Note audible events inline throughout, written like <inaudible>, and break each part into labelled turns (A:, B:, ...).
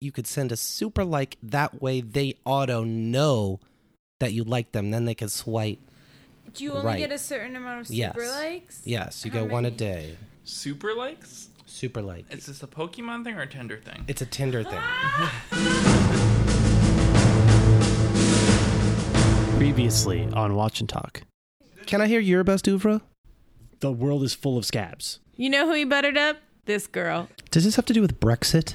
A: you could send a super like that way they auto know that you like them then they could swipe
B: Do you only
A: Right.
B: get a certain amount of super
A: Yes.
B: likes?
A: yes you
B: How
A: get one a
B: many?
A: day
C: Super likes?
A: super like
C: Is this a Pokemon thing or a Tinder thing?
A: it's a tinder
B: <laughs>
A: thing
D: Previously on Watch and Talk.
A: can i hear your best oeuvre
E: The world is full of scabs.
B: You know who he buttered up? This girl.
A: does this have to do with brexit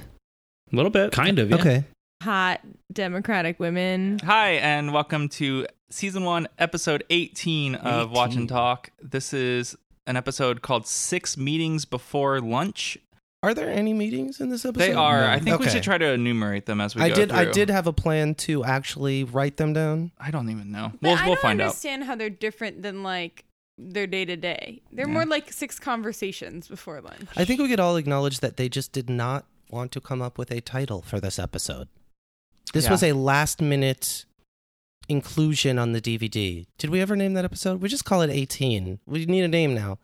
F: A little bit. Kind of, yeah.
A: okay
B: Hot Democratic women.
C: Hi, and welcome to season one, episode 18 of Watch and Talk. This is an episode called Six Meetings Before Lunch.
A: are there any meetings in this episode
C: They are.
A: No.
C: I think we
A: Okay.
C: should try to enumerate them as we
A: i
C: go
A: did i
C: through.
A: did have a plan to actually write them down
C: I don't even know.
B: But
C: we'll
B: I
C: we'll
B: don't
C: find
B: understand how they're different than like their day to day. They're
C: Yeah.
B: more like six conversations before lunch.
A: i think we could all acknowledge that they just did not want to come up with a title for this episode this
C: Yeah.
A: was a last minute inclusion on the DVD. Did we ever name that episode? We just call it 18. We need a name now.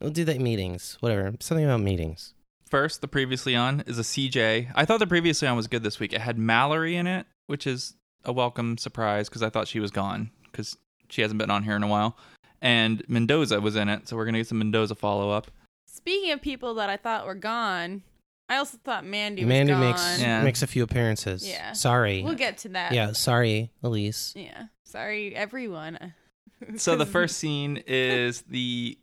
A: We'll do that meetings, whatever. Something about meetings.
C: out. First, the previously on is a CJ. I thought the previously on was good this week. It had Mallory in it, which is a welcome surprise because I thought she was gone because she hasn't been on here in a while. And Mendoza was in it, so we're gonna get some Mendoza follow up.
B: Speaking of people that I thought were gone, I also thought Mandy was
A: Mandy
B: gone.
A: makes
C: Yeah.
A: makes a few appearances.
B: Yeah.
A: Sorry.
B: We'll get to that.
A: yeah, sorry, Elise.
B: Yeah. Sorry, everyone. <laughs>
C: So the first scene is the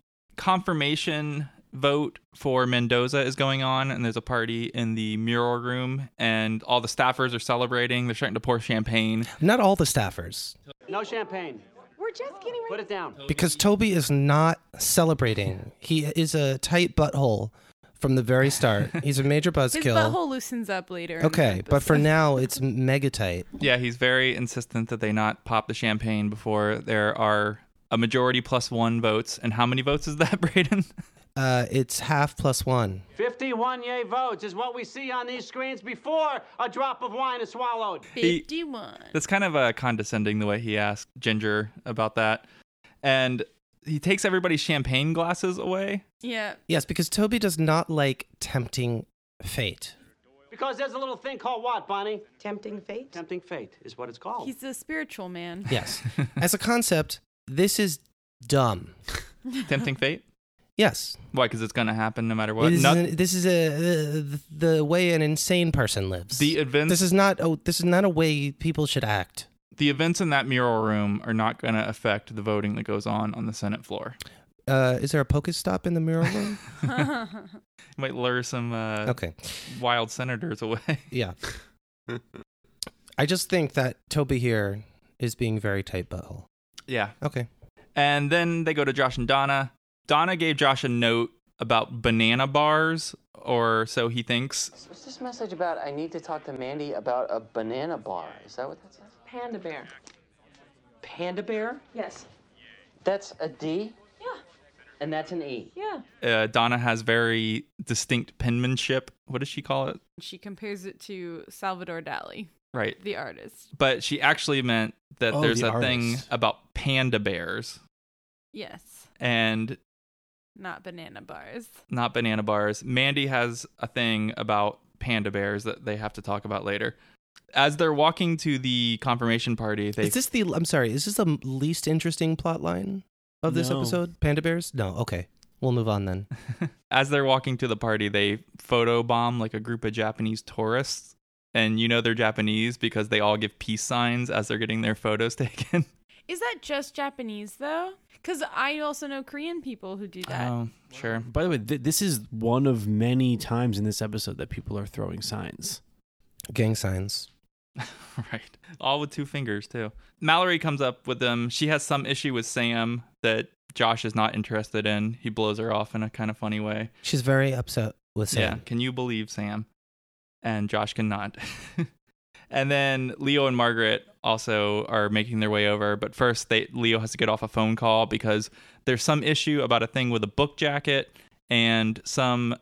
C: confirmation vote for Mendoza is going on, and there's a party in the mural room, and all the staffers are celebrating. They're starting to pour champagne.
A: Not all the staffers
G: No champagne.
B: We're just getting
G: Put it down.
A: because Toby is not celebrating. He is a tight butthole from the very start. He's a major
B: <laughs> His
A: buzzkill.
B: butthole loosens up later. in the
A: Okay, but for
B: episode.
A: now it's mega tight.
C: Yeah, he's very insistent that they not pop the champagne before there are a majority plus one votes. And how many votes is that, <laughs> Braden?
A: Uh, it's half plus one.
G: 51 yay votes is what we see on these screens before a drop of wine is swallowed.
B: 51.
C: That's kind of uh, condescending the way he asked Ginger about that. And he takes everybody's champagne glasses away. <laughs>
B: yeah.
A: Yes, because Toby does not like tempting fate.
G: Because there's a little thing called what, Bonnie?
H: Tempting fate?
G: Tempting fate is what it's
I: Oh.
G: called.
B: He's a spiritual man.
A: <laughs>
B: <laughs>
A: Yes. As a concept, this is dumb.
C: Tempting fate?
A: Yes.
C: Why? Because it's going to happen no matter what.
A: This,
C: Noth-
A: is, this is a the, the way an insane person lives.
C: The events-
A: This is not oh this is not a way people should act.
C: the events in that mural room are not going to affect the voting that goes on on the Senate floor.
A: Uh, is there a Pokestop in the mural
C: <laughs>
A: room?
C: It might lure some uh,
A: okay.
C: wild senators away. <laughs>
A: Yeah. I just think that Toby here is being very tight butthole.
C: yeah.
A: Okay.
C: And then they go to Josh and Donna. Donna gave Josh a note about banana bars, or so he thinks.
I: What's this message about? I need to talk to Mandy about a banana bar. Is that what that says?
H: Panda bear.
I: Panda bear?
H: Yes.
I: That's a D
H: Yeah.
I: and that's an E.
H: Yeah.
C: Uh, Donna has very distinct penmanship. What does she call it?
B: she compares it to Salvador Dali,
C: Right.
B: the artist.
C: But she actually meant that
D: Oh,
C: there's
D: the
C: a thing
D: artist.
C: about panda bears
B: Yes.
C: and
B: Not banana bars.
C: not banana bars. Mandy has a thing about panda bears that they have to talk about later. As they're walking to the confirmation party, they
A: Is this the I'm sorry, is this the least interesting plot line of this
D: No.
A: episode? Panda Bears? No, okay. We'll move on
D: <laughs>
A: then.
C: as they're walking to the party, they photo bomb like a group of Japanese tourists. And you know they're Japanese because they all give peace signs as they're getting their photos <laughs> taken.
B: Is that just Japanese though? Because I also know Korean people who do that.
C: Oh, sure. <laughs>
D: By the way, th- this is one of many times in this episode that people are throwing signs.
A: Gang signs.
C: right. All with two fingers, too. Mallory comes up with them. She has some issue with Sam that Josh is not interested in. He blows her off in a kind of funny way.
A: She's very upset with
C: Yeah.
A: Sam.
C: Can you believe Sam? And Josh cannot. <laughs> and then Leo and Margaret also are making their way over, but first they Leo has to get off a phone call because there's some issue about a thing with a book jacket and some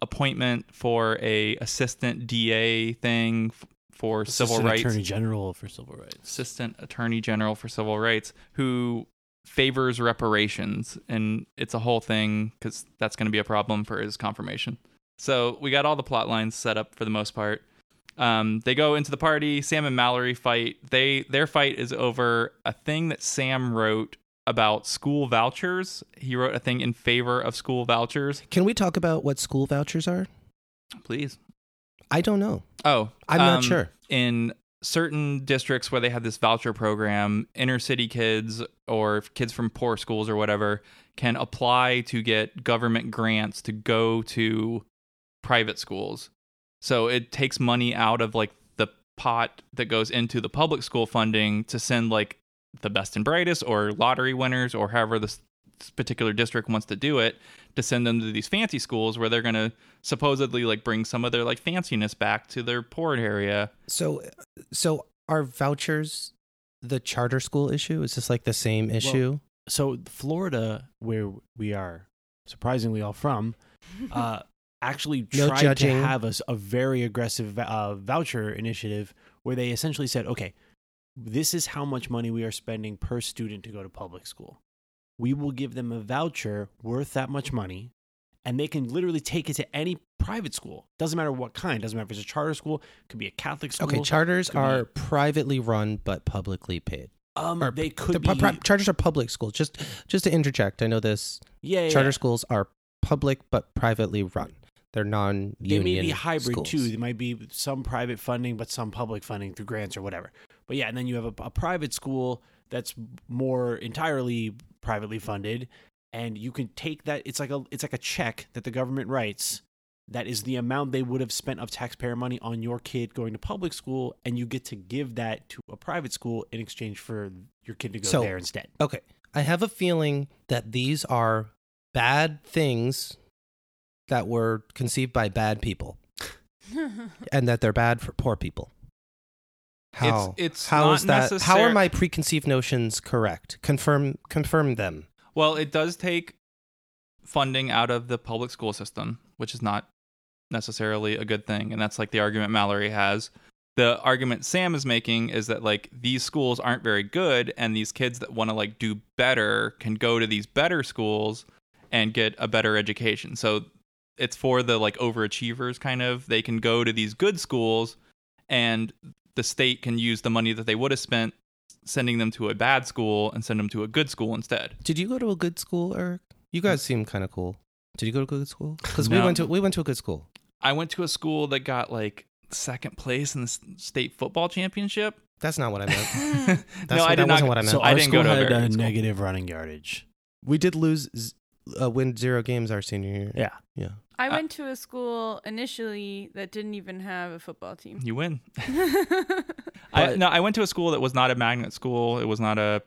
C: appointment for a assistant DA thing f- for civil
D: Assistant
C: rights
D: Attorney General for civil rights.
C: assistant attorney general for civil rights who favors reparations and it's a whole thing because that's going to be a problem for his confirmation so we got all the plot lines set up for the most part Um, they go into the party. Sam and Mallory fight. They their fight is over a thing that Sam wrote about school vouchers. He wrote a thing in favor of school vouchers.
A: Can we talk about what school vouchers are?
C: Please.
A: I don't know.
C: Oh,
A: I'm not
C: um,
A: sure.
C: In certain districts where they have this voucher program, inner city kids or kids from poor schools or whatever can apply to get government grants to go to private schools. So it takes money out of like the pot that goes into the public school funding to send like the best and brightest or lottery winners or however this this particular district wants to do it to send them to these fancy schools where they're going to supposedly like bring some of their like fanciness back to their poor area.
A: So, so are vouchers the charter school issue? Is this like the same issue?
D: So Florida, where we are surprisingly all from, uh, actually
A: No
D: tried
A: judging.
D: to have a, s- a very aggressive uh, voucher initiative where they essentially said, okay, this is how much money we are spending per student to go to public school. We will give them a voucher worth that much money, and they can literally take it to any private school. Doesn't matter what kind. Doesn't matter if it's a charter school, could be a Catholic school.
A: okay, charters
D: could be-
A: are privately run but publicly paid.
D: Um,
A: or
D: they
A: The
D: could
A: pu-
D: be
A: pri- charters are public schools. Just, just to interject, I know this.
D: yeah, yeah,
A: charter
D: yeah.
A: schools are public but privately run. They're
D: they
A: non-union.
D: may be hybrid
A: schools.
D: too. There might be some private funding, but some public funding through grants or whatever. But yeah, and then you have a, a private school that's more entirely privately funded, and you can take that. It's like a it's like a check that the government writes. That is the amount they would have spent of taxpayer money on your kid going to public school, and you get to give that to a private school in exchange for your kid to go
A: So-
D: there instead.
A: Okay. I have a feeling that these are bad things that were conceived by bad people and that they're bad for poor people. How?
C: it's
A: how
C: not
A: is that? How are
C: necessar-
A: my preconceived notions correct? Confirm confirm them.
C: Well, it does take funding out of the public school system, which is not necessarily a good thing. And that's like the argument Mallory has. The argument Sam is making is that like these schools aren't very good and these kids that want to like do better can go to these better schools and get a better education. So it's for the like overachievers kind of. They can go to these good schools and the state can use the money that they would have spent sending them to a bad school and send them to a good school instead.
A: Did you go to a good school, Eric? You guys seem kind of cool. Did you go to a good school? Because we
C: No.
A: went to we went to a good school.
C: I went to a school that got like second place in the s- state football championship.
A: That's not what I meant.
C: no,
A: what-
C: I
A: that
C: did not.
A: wasn't what I meant.
D: So
C: I
D: our
C: didn't
D: school
C: go to a
D: had
C: very
D: a
C: good school.
D: negative running yardage.
A: we did lose, z- uh, win zero games our senior year.
D: Yeah.
A: Yeah.
B: I
C: Uh,
B: went to a school initially that didn't even have a football team.
C: <laughs>
B: <laughs>
C: You
D: <laughs>
C: win. I,
A: But-
C: no, I went to a school that was not a magnet school. It was not a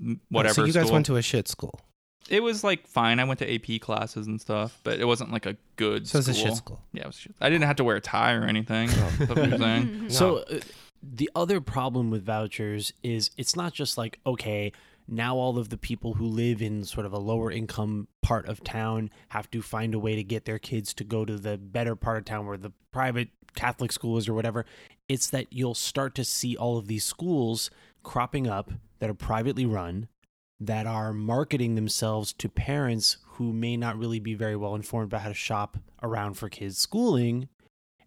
C: m- whatever.
A: So you
C: school.
A: guys went to a shit school.
C: It was like fine. I went to AP classes and stuff, but it wasn't like a good
A: So it's
C: school.
A: a shit school.
C: Yeah, it was a shit. I didn't have to wear a tie or anything.
A: Oh.
C: That's what
A: <laughs>
C: you're saying.
A: Mm-hmm.
D: So uh, the other problem with vouchers is it's not just like okay, now all of the people who live in sort of a lower income part of town have to find a way to get their kids to go to the better part of town where the private Catholic school is or whatever. It's that you'll start to see all of these schools cropping up that are privately run that are marketing themselves to parents who may not really be very well informed about how to shop around for kids' schooling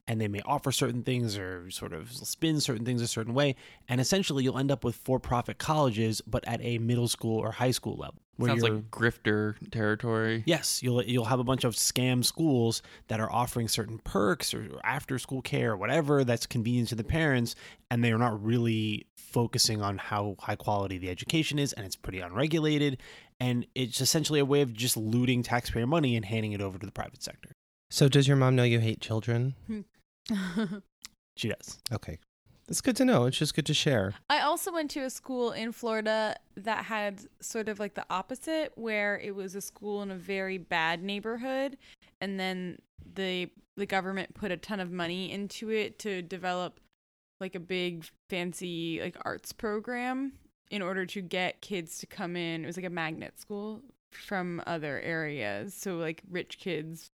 D: and they may offer certain things or sort of spin certain things a certain way and essentially you'll end up with for-profit colleges but at a middle school or high school level where
C: Sounds
D: you're
C: like grifter territory.
D: yes you'll you'll have a bunch of scam schools that are offering certain perks or after school care or whatever that's convenient to the parents and they are not really focusing on how high quality the education is and it's pretty unregulated and it's essentially a way of just looting taxpayer money and handing it over to the private sector
A: So does your mom know you hate children?
D: she does
A: Okay. It's good to know. It's just good to share.
B: I also went to a school in Florida that had sort of like the opposite, where it was a school in a very bad neighborhood, and then the the government put a ton of money into it to develop like a big fancy like arts program in order to get kids to come in. It was like a magnet school from other areas, so like rich kids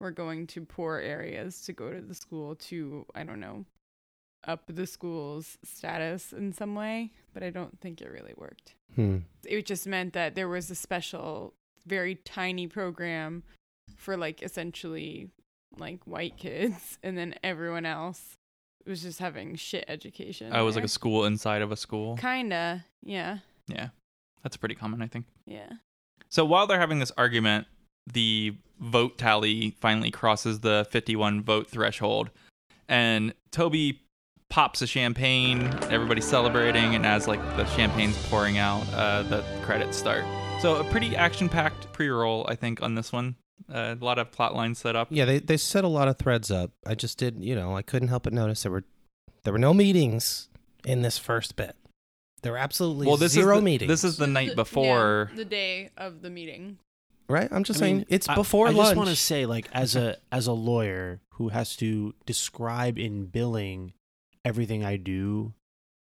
B: were going to poor areas to go to the school to I don't know up the school's status in some way, but I don't think it really worked.
A: Hmm.
B: It just meant that there was a special, very tiny program <laughs> for like essentially like white kids, and then everyone else was just having shit education.
C: I Oh, was like
B: there.
C: a school inside of a school.
B: kinda, yeah,
C: Yeah. That's pretty common, I think.
B: yeah.
C: So while they're having this argument, the vote tally finally crosses the 51 vote threshold. And Toby pops a champagne, everybody's celebrating, and as like the champagne's pouring out, uh, the credits start. So a pretty action-packed pre-roll, I think, on this one. Uh, a lot of plot lines set up.
A: Yeah, they they set a lot of threads up. I just did, you know, I couldn't help but notice there were there were no meetings in this first bit. There were absolutely
C: Well, this
A: zero
C: is the,
A: meetings.
C: This is the night before.
B: the day of the meeting.
A: right. I'm just
D: I
A: saying
D: mean,
A: it's
D: I-
A: before
D: I
A: lunch.
D: just want to say, like, as a as a lawyer who has to describe in billing everything I do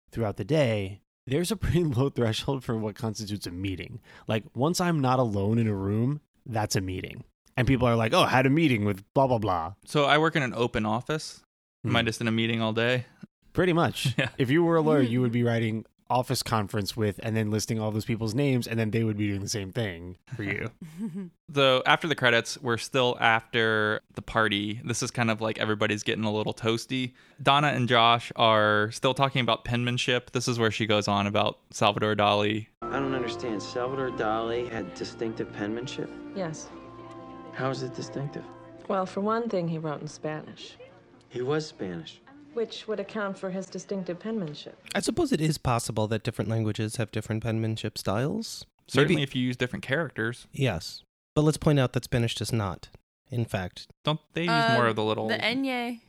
D: throughout the day, there's a <laughs> pretty low threshold for what constitutes a meeting. Like, once I'm not alone in a room, that's a meeting, and people are like, "Oh, I had a meeting with blah blah blah."
C: So I work in an open office. Am I
D: Hmm.
C: just in a meeting all day?
D: Pretty much.
C: <laughs> Yeah.
D: If you were a lawyer, you
B: Mhm.
D: would
A: Mm.
D: be writing office conference with, and then listing all those people's names, and then they would be doing the same thing
C: <laughs>
D: for you.
C: though after the credits we're still after the party this is kind of like everybody's getting a little toasty donna and josh are still talking about penmanship this is where she goes on about salvador dali
I: I don't understand. Salvador Dali had distinctive penmanship.
H: Yes.
I: How is it distinctive?
H: Well, for one thing, he wrote in Spanish,
I: He was Spanish.
H: which would account for his distinctive penmanship.
A: I suppose it is possible that different languages have different penmanship styles.
C: certainly if you use different characters
A: Yes, but let's point out that Spanish does not. In fact,
C: don't they use more of the little
B: Um, the enye.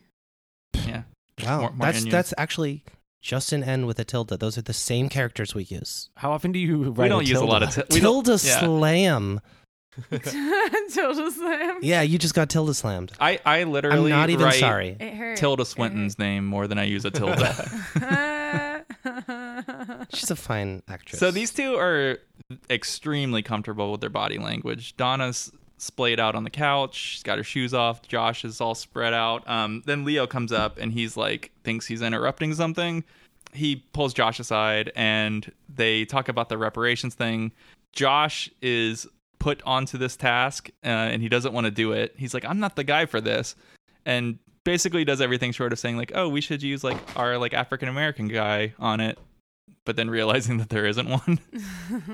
C: yeah
A: wow,
C: More- more
A: that's
C: Indian.
A: that's actually just an N with a tilde. Those are the same characters we use.
D: How often do you write?
C: we don't use a lot of
D: tilde?
C: t- we don't-
A: Tilde
C: yeah.
A: slam.
B: <laughs> Total slam.
A: Yeah, you just got tilde slammed.
C: i i
A: I'm
C: literally
A: not even
C: write
A: sorry.
B: It hurt.
C: tilda swinton's name more than i use a tilde
A: <laughs> She's a fine actress.
C: So these two are extremely comfortable with their body language. Donna's splayed out on the couch. She's got her shoes off. Josh is all spread out. Um, then Leo comes up and he's like, thinks he's interrupting something. He pulls Josh aside and they talk about the reparations thing. Josh is put onto this task uh, and he doesn't want to do it. He's like, I'm not the guy for this. And basically does everything short of saying like, oh, we should use like our like African American guy on it but then realizing <laughs> that there isn't one,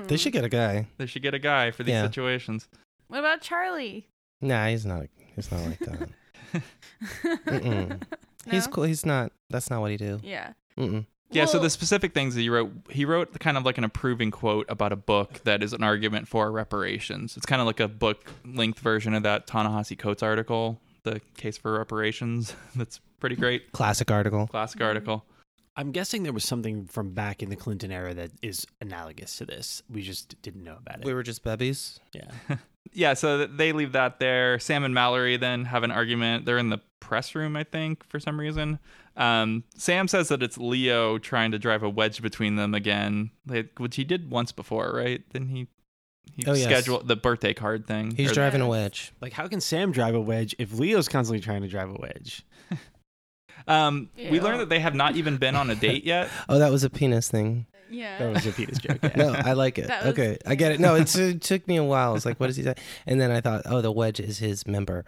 A: They should get a guy.
C: they should get a guy for these
A: Yeah.
C: situations.
B: <laughs> What about Charlie?
A: Nah, he's not. He's not like that.
B: <laughs>
A: Mm-mm. He's
B: No?
A: cool. He's not. That's not what he do.
B: Yeah.
A: Mm-mm.
C: Yeah, so
B: Well,
C: the specific things that you wrote, he wrote kind of like an approving quote about a book that is an argument for reparations. It's kind of like a book length version of that Ta-Nehisi Coates article, The Case for Reparations. <laughs> That's pretty great.
A: Classic article.
C: Classic article.
D: I'm guessing there was something from back in the Clinton era that is analogous to this. We just didn't know about it.
A: We were just bebbies.
D: yeah.
C: <laughs> Yeah, so th- they leave that there. Sam and Mallory then have an argument. They're in the press room, I think, for some reason. Um, Sam says that it's Leo trying to drive a wedge between them again, like, which he did once before, right? Then he he
A: Oh, yes.
C: scheduled the birthday card thing.
A: He's
C: Or-
A: driving a wedge.
D: Like, how can Sam drive a wedge if Leo's constantly trying to drive a wedge?
C: Um, we
B: Ew.
C: learned that they have not even been on
A: <laughs>
C: a date yet.
A: Oh, that was a penis thing.
B: Yeah. <laughs>
D: That was a penis joke. yeah.
A: <laughs>
D: <laughs>
A: No, I like it.
B: That was-
A: okay, I get it. No, it's, it took me a while. It's like, what does he say? And then I thought, oh, the wedge is his member.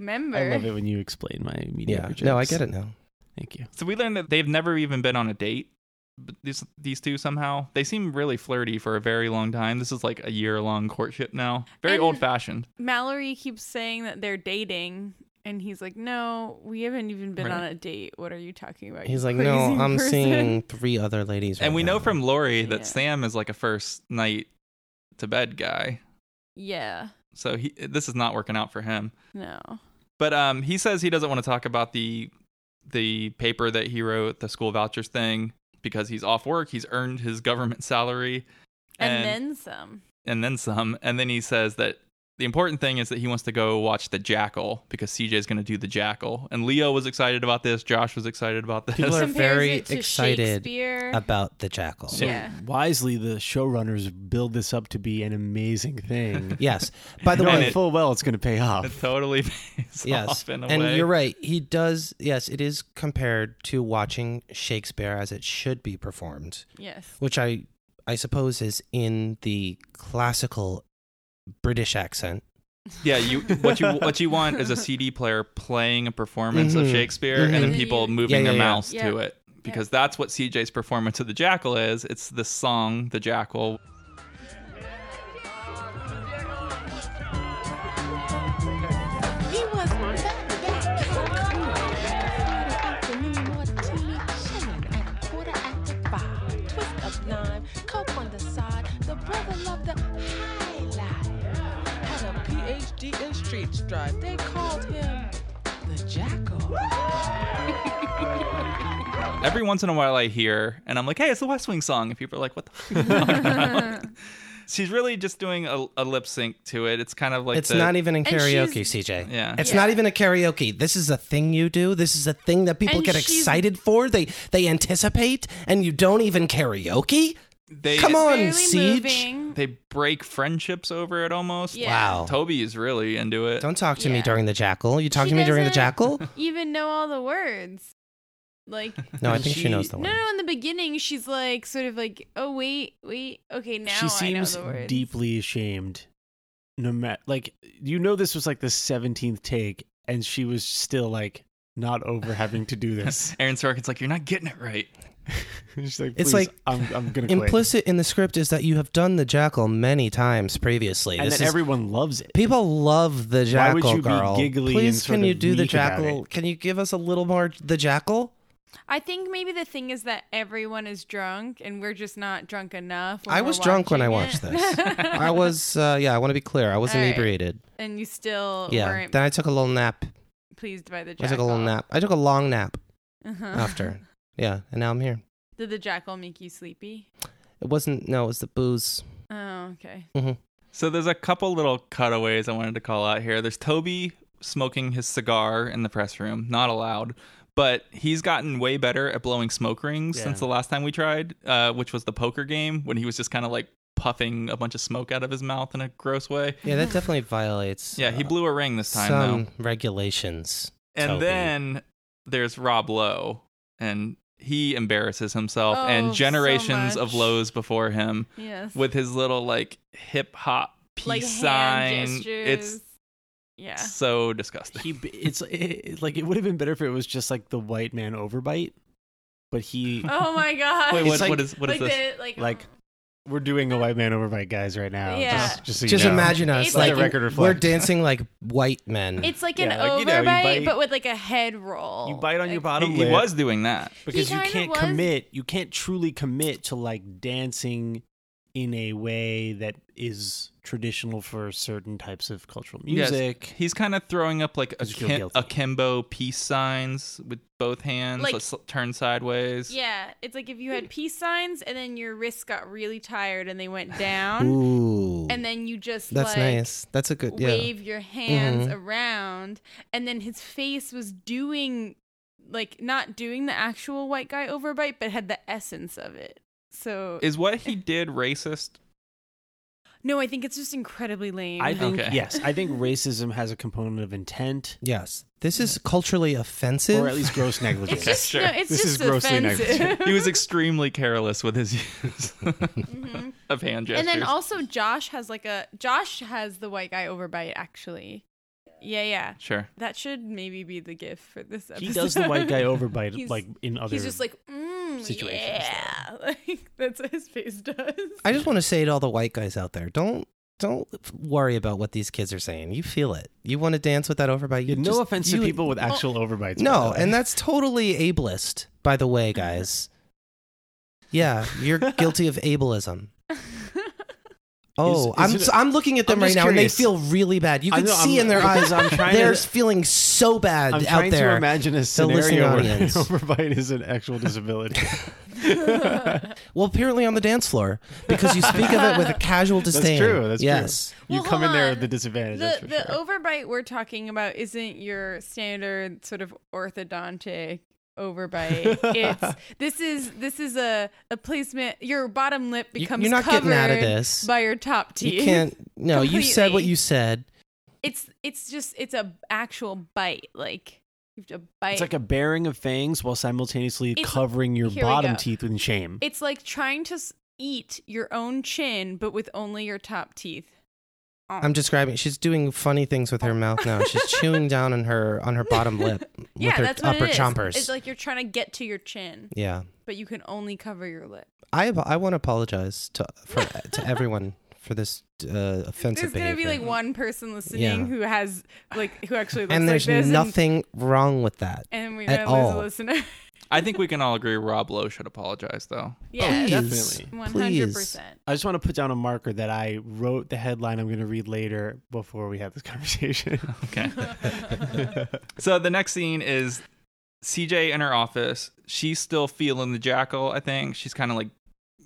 B: Member.
D: I love it when you explain my media.
A: yeah. No, I get it now.
D: Thank you.
C: so we learned that they've never even been on a date. But these these two somehow they seem really flirty for a very long time. This is like a year long courtship now. Very
B: And-
C: old fashioned.
B: Mallory keeps saying that they're dating, and he's like, "No, we haven't even been
C: Right.
B: on a date. What are you talking about?" you
A: He's like, no,
B: crazy
A: I'm
B: <laughs> person?"
A: seeing three other ladies.
C: and
A: right
C: we know
A: now.
C: from Lori that
B: Yeah.
C: Sam is like a first night to bed guy.
B: Yeah.
C: So he this is not working out for him.
B: No.
C: But um he says he doesn't want to talk about the the paper that he wrote, the school vouchers thing because he's off work, he's earned his government salary
B: And, then some.
C: and then some. And then he says that the important thing is that he wants to go watch The Jackal because CJ's going to do The Jackal. And Leo was excited about this, Josh was excited about this.
A: People are
B: Compares
A: very
B: it to
A: excited
B: Shakespeare.
A: about the jackal.
D: So
B: Yeah.
D: wisely, the showrunners build this up to be an amazing
A: <laughs>
D: thing.
A: Yes. By
C: <laughs>
A: the
C: No,
A: way,
C: and it-
D: full well it's going to
C: <laughs>
D: pay
C: it
D: off.
C: totally pays
A: yes
C: off in a
A: and
C: way.
A: you're right he does yes it is compared to watching shakespeare as it should be performed
B: Yes.
A: which i i suppose is in the classical british accent
C: Yeah, you what you what you
A: <laughs>
B: <laughs>
C: want is a CD player playing a performance of
A: Mhm.
C: Shakespeare
A: Mhm.
C: and then
B: And then
C: people
B: you-
C: moving
A: Yeah, yeah,
C: their
A: yeah.
C: mouths to
B: Yeah.
C: it because that's what CJ's performance of the Jackal is. It's the song The Jackal.
J: He was back back. Afternoon martini, shaken at a quarter after five. Twist of lime, coke on the side. The brother loved the high life. Had a PhD in street strife. They called him the jackal.
C: Every once in a while I hear and I'm like, "Hey, it's the West Wing song." And people are like,
A: <laughs>
C: "What the?" fuck?" She's really just doing a, a lip sync to it. It's kind of like
A: it's
C: the-
A: not e- even in
B: And
A: karaoke,
B: she's-
A: CJ.
C: Yeah.
A: It's
B: Yeah.
A: not even a karaoke. This is a thing you do. This is a thing that people
B: And
A: get
B: she's-
A: excited for. They they anticipate, and you don't even karaoke.
C: they
A: Come on,
B: Barely
A: Siege.
B: moving.
C: they break friendships over it almost.
B: Yeah.
A: Wow.
C: Toby is really into it.
A: Don't talk to me
B: Yeah.
A: during the jackal. You talk
B: She
A: to me during the
B: doesn't-
D: <laughs>
A: jackal?
B: Even know all the words. Like
A: No, I think she,
D: She-
A: knows the
B: no,
A: word.
B: no. In the beginning, she's like sort of like, oh wait, wait, okay, now
D: she
B: I know
D: seems
B: the words.
D: deeply ashamed. No matter, like you know, this was like the seventeenth take, and she was still like not over having
B: <laughs>
D: to do this.
C: <laughs>
D: <laughs>
C: Aaron Sorkin's like, "You're not getting it right."
D: She's like,
A: It's
D: "Please,
A: like
D: I'm, I'm gonna quit.
A: Implicit in the script is that you have done the jackal many times previously.
D: and
A: this
D: then
A: is,
D: everyone loves it.
A: people love the
D: Why
A: jackal
D: would you be
A: girl.
D: giggly and
A: Please,
D: sort
A: can you
D: of
A: do the
D: meek about
A: jackal? Can you give us a little more the jackal?
B: I think maybe the thing is that everyone is drunk and we're just not drunk enough.
A: I
B: we're
A: was drunk when I watched
B: watching it.
A: this.
B: <laughs>
A: I was, uh, yeah. I want to be clear. I was
B: All right.
A: inebriated.
B: and you still
A: Yeah.
B: weren't
A: Then I took a little nap.
B: pleased by the
A: I
B: jackal.
A: took a little nap. I took a long nap
B: <laughs> Uh-huh.
A: after. yeah, and now I'm here.
B: Did the jackal make you sleepy?
A: It wasn't. No, it was the booze.
B: Oh, okay.
C: So there's a couple little cutaways I wanted to call out here. There's Toby smoking his cigar in the press room, not allowed, but he's gotten way better at blowing smoke rings
D: Yeah.
C: since the last time we tried, uh, which was the poker game when he was just kind of like puffing a bunch of smoke out of his mouth in a gross way.
A: Yeah, that definitely violates.
C: Yeah, he
A: uh,
C: blew a ring this time
A: some
C: though.
A: regulations.
C: And
A: Toby.
C: then there's Rob Lowe, and he embarrasses himself
B: Oh,
C: and
B: so
C: generations of
B: much.
C: Lowe's before him
B: Yes.
C: with his little like hip hop peace
B: like
C: sign.
B: hand gestures.
C: It's
B: yeah.
D: <laughs>
C: so disgusting.
B: <laughs>
D: He, b- it's it, it- like it would have been better if it was just like the white man overbite, but he.
B: Oh
D: <laughs>
B: my god.
C: Wait,
D: It's
C: what,
D: like-
C: what is what is
B: like
C: this?
B: The, like
D: Like, We're doing a white man overbite, guys, right now.
B: Yeah.
D: Just, just, so you
A: Just
D: know.
A: imagine us
B: It's
D: Let
A: like
B: like-
D: the record
A: we're
D: reflect.
A: dancing like white men.
B: it's like an
D: Yeah, like, you know,
B: overbite,
D: you bite-
B: but with like a head roll.
D: You bite on your
B: Like,
D: bottom
C: he, he
D: lip
C: was doing that.
D: because you
B: kinda
D: can't
B: was-
D: commit. You can't truly commit to like dancing in a way that is traditional for certain types of cultural
C: Yes.
D: music.
C: He's kind of throwing up like a
D: 'Cause you feel
C: kim-
D: guilty.
C: akimbo peace signs with both hands,
B: Like-
C: like, s turn sideways.
B: Yeah, it's like if you had peace signs and then your wrists got really tired and they went down,
A: Ooh,
B: and then you just
A: that's
B: like
A: nice. That's a good yeah.
B: wave your hands
A: Mhm.
B: around, and then his face was doing like not doing the actual white guy overbite, but had the essence of it. So
C: Is what he did racist?
B: no, I think it's just incredibly lame.
D: I think
C: Okay.
D: yes, I think racism has a component of intent,
A: Yes, this is culturally offensive.
D: or at
C: <laughs>
D: least gross
B: it's
D: negligence.
B: just
C: sure.
B: no, it's
D: This
B: just
D: is grossly
B: offensive.
D: negligent.
B: <laughs>
C: He was extremely careless with his use <laughs>
B: Mhm.
C: of hand gestures.
B: And then also Josh has like a Josh has the white guy overbite actually. Yeah, yeah.
C: sure.
B: That should maybe be the gift for this episode.
D: he does the white guy overbite
B: He's-
D: like in
B: <laughs>
D: other.
B: He's just like, mm,
D: situations,
B: yeah. <laughs> Like, that's what his face does.
A: I
B: <laughs>
A: just want to say to all the white guys out there, don't don't worry about what these kids are saying. You feel it. You want to dance with that overbite. You
D: no
A: just-
D: offense
A: you- Oh,
D: to people
B: Oh.
D: with actual overbites. uh, by
A: No,
D: the way.
A: and that's totally ableist, by the way, guys. Yeah,
D: <laughs>
A: you're guilty of ableism. Oh,
D: Is-
A: I'm
D: is it a-
A: I'm looking at them
D: I'm
A: right
D: just
A: now, and they
D: curious.
A: feel really bad. You
D: I
A: can
D: know,
A: see
D: I'm-
A: in their eyes
D: because I'm trying to-
A: they're feeling so bad
D: I'm
A: out
D: trying to
A: there.
D: imagine a
A: listening
D: scenario where an
A: audience.
D: <laughs> overbite is an
B: <laughs>
D: actual disability.
A: well, apparently on the dance floor, because you speak of it
D: <laughs>
A: with a casual disdain.
D: true, that's true.
A: yes.
D: you
B: Well,
D: come
B: hold
D: in there
B: on.
D: with the disadvantage.
B: the
D: that's for
B: the
D: sure.
B: overbite we're talking about isn't your standard sort of orthodontic overbite. it's
D: <laughs>
B: this is this is a, a placement your bottom lip
A: You-
B: becomes
A: you're not
B: covered
A: getting out of this.
B: by your top teeth.
A: You can't. No, you said what
B: Completely.
A: you said.
B: It's it's just it's a actual bite. Like you have to bite.
D: It's like a bearing of fangs while simultaneously
B: It's-
D: covering your
B: here we
D: bottom
B: go.
D: teeth in shame.
B: It's like trying to s- eat your own chin, but with only your top teeth. Oh.
A: I'm describing. She's doing funny things with her mouth now.
B: <laughs>
A: She's chewing down on her on her bottom lip with
B: yeah,
A: her
B: that's what
A: upper
B: it is.
A: chompers.
B: It's like you're trying to get to your chin,
A: yeah,
B: but you can only cover your lip.
A: I I want to apologize to for to everyone for this uh, offensive
B: There's gonna be
A: behavior.
B: like one person listening
A: Yeah.
B: who has like who actually looks
A: and
B: like
A: there's
B: this, and-
A: nothing wrong with that.
B: and, we're
A: at
B: gonna lose
A: all.
B: a listener. <laughs>
C: I think we can all agree Rob Lowe should apologize, though.
B: yeah,
D: Please.
B: one hundred
A: Please.
B: percent.
D: I just want to put down a marker that I wrote the headline I'm going to read later before we have this <laughs> conversation. <laughs>
C: Okay. so the next scene is CJ in her office. She's still feeling the jackal, I think. She's kind of like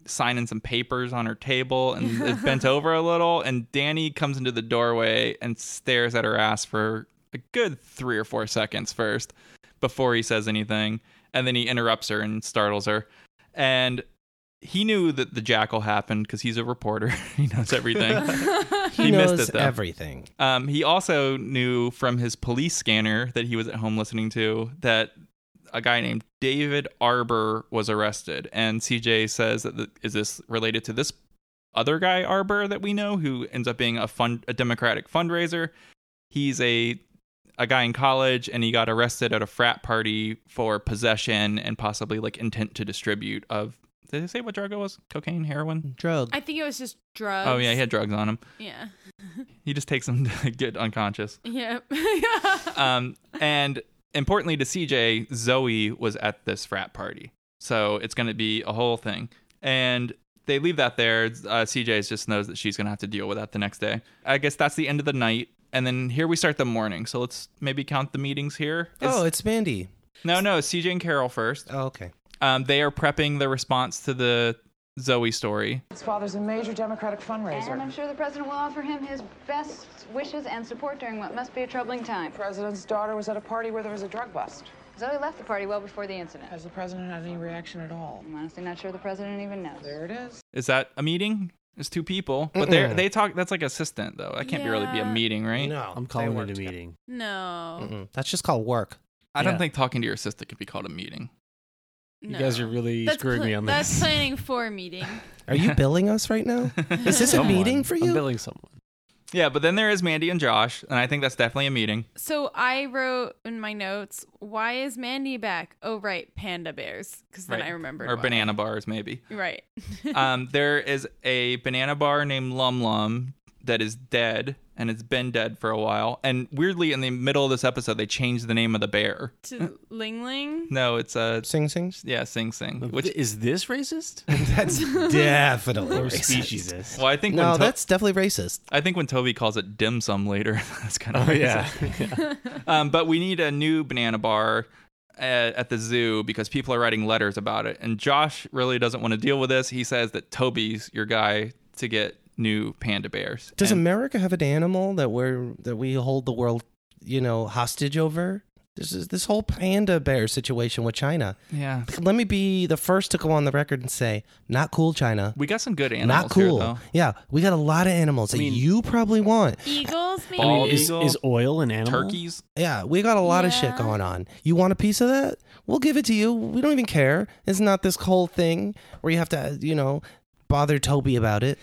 C: signing some papers on her table and is bent over a little. And Danny comes into the doorway and stares at her ass for a good three or four seconds first before he says anything. And then he interrupts her and startles her. And he knew that the jackal happened because he's a reporter. <laughs> he knows everything.
A: He,
C: He missed
A: knows
C: it, though.
A: everything.
C: Um, he also knew from his police scanner that he was at home listening to that a guy named David Arbor was arrested. And CJ says that the, is this related to this other guy Arbor that we know who ends up being a fund a Democratic fundraiser. He's a a guy in college and he got arrested at a frat party for possession and possibly like intent to distribute of did they say what drug it was? Cocaine, heroin?
A: Drug.
B: I think it was just drugs.
C: Oh yeah, he had drugs on him.
B: yeah, <laughs>
C: He just takes them <laughs> to get unconscious.
B: yeah.
D: Uh,
C: um, and importantly to CJ, Zoe was at this frat party. So it's going to be a whole thing. And they leave that there. Uh, CJ just knows that she's going to have to deal with that the next day. I guess that's the end of the night. And then here we start the morning. So let's maybe count the meetings here.
A: oh,
C: It's-
A: it's Mandy.
C: no, no, CJ and Carol first.
A: Oh, okay.
C: Um, they are prepping the response to the Zoe story.
K: His father's a major Democratic fundraiser.
L: And I'm sure the president will offer him his best wishes and support during what must be a troubling time.
K: the president's daughter was at a party where there was a drug bust.
L: Zoe left the party well before the incident.
K: Has the president had any reaction at all?
L: I'm honestly not sure the president even knows.
K: There it is.
C: Is that a meeting? It's two people, but they
A: Mm-mm.
C: they talk. That's like assistant though. That can't be really be a
B: Yeah.
C: meeting, right?
A: No,
D: I'm
A: they
D: calling
A: weren't
D: it a
A: together.
D: meeting.
B: no,
A: Mm-mm. That's just called work.
C: I don't
D: Yeah.
C: think talking to your sister could be called a meeting.
D: You
B: no.
D: guys are really
B: that's
D: screwing
B: pla-
D: me on
B: that's
D: this.
B: planning for a meeting.
A: Are
D: <laughs>
A: you billing us right now? Is this a
D: Someone.
A: meeting for
D: I'm
A: you?
D: billing someone.
C: <laughs> Yeah, but then there is Mandy and Josh, and I think that's definitely a meeting.
B: So I wrote in my notes, "Why is Mandy back?" Oh, right, panda bears. Because then
C: Right.
B: I remembered.
C: Or
B: why.
C: banana bars, maybe.
B: Right. <laughs>
C: um, <laughs> there is a banana bar named Lum Lum that is dead, and it's been dead for a while. And weirdly, in the middle of this episode, they changed the name of the bear. <laughs>
B: to Ling Ling.
C: No, it's a
A: Sing sing.
C: yeah, Sing Sing. Which
D: is this racist?
A: That's <laughs> definitely
D: or
A: racist.
D: speciesist?
C: well, I think
A: No,
C: when To-
A: that's definitely racist.
C: I think when Toby calls it dim sum later, <laughs> that's kind of <laughs>
D: Oh <laughs> yeah.
C: um, but we need a new banana bar at, at the zoo because people are writing letters about it. And Josh really doesn't want to deal with this. He says that Toby's your guy to get new panda bears.
A: Does
C: And
A: America have an animal that we're that we hold the world, you know, hostage over? This is this whole panda bear situation with China.
C: yeah,
A: Let me be the first to go on the record and say, not cool, China.
C: we got some good animals.
A: Not cool.
C: Here, though.
A: yeah, we got a lot of animals
D: I mean-
A: that you probably want.
B: Eagles, maybe.
D: I mean,
C: Bald
D: is,
C: eagle?
D: is oil an animal?
C: Turkeys.
A: Yeah, we got a lot of shit
B: Yeah.
A: going on. You want a piece of that? We'll give it to you. We don't even care. It's not this whole thing where you have to, you know, bother Toby about it.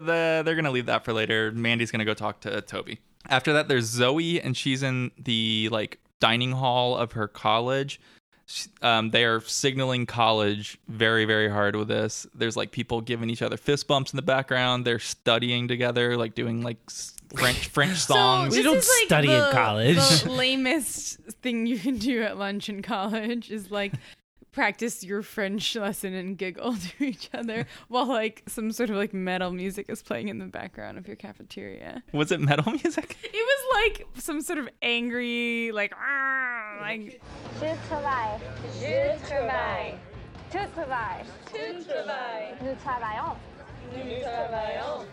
C: The, they're gonna leave that for later. Mandy's gonna go talk to Toby. After that, there's Zoe, and she's in the like dining hall of her college. She- Um, they are signaling college very, very hard with this. There's like people giving each other fist bumps in the background. They're studying together, like doing like s- French French songs.
B: <laughs> So
A: We
B: this
A: don't
B: is like
A: study in
B: the,
A: college. <laughs>
B: The lamest thing you can do at lunch in college is like practice your French lesson and giggle <laughs> to each other while like some sort of like metal music is playing in the background of your cafeteria.
C: Was it metal <laughs> music?
B: It was like some sort of angry like "Argh," like
L: Should survive. Should survive. To survive. To survive. Nous travaillons.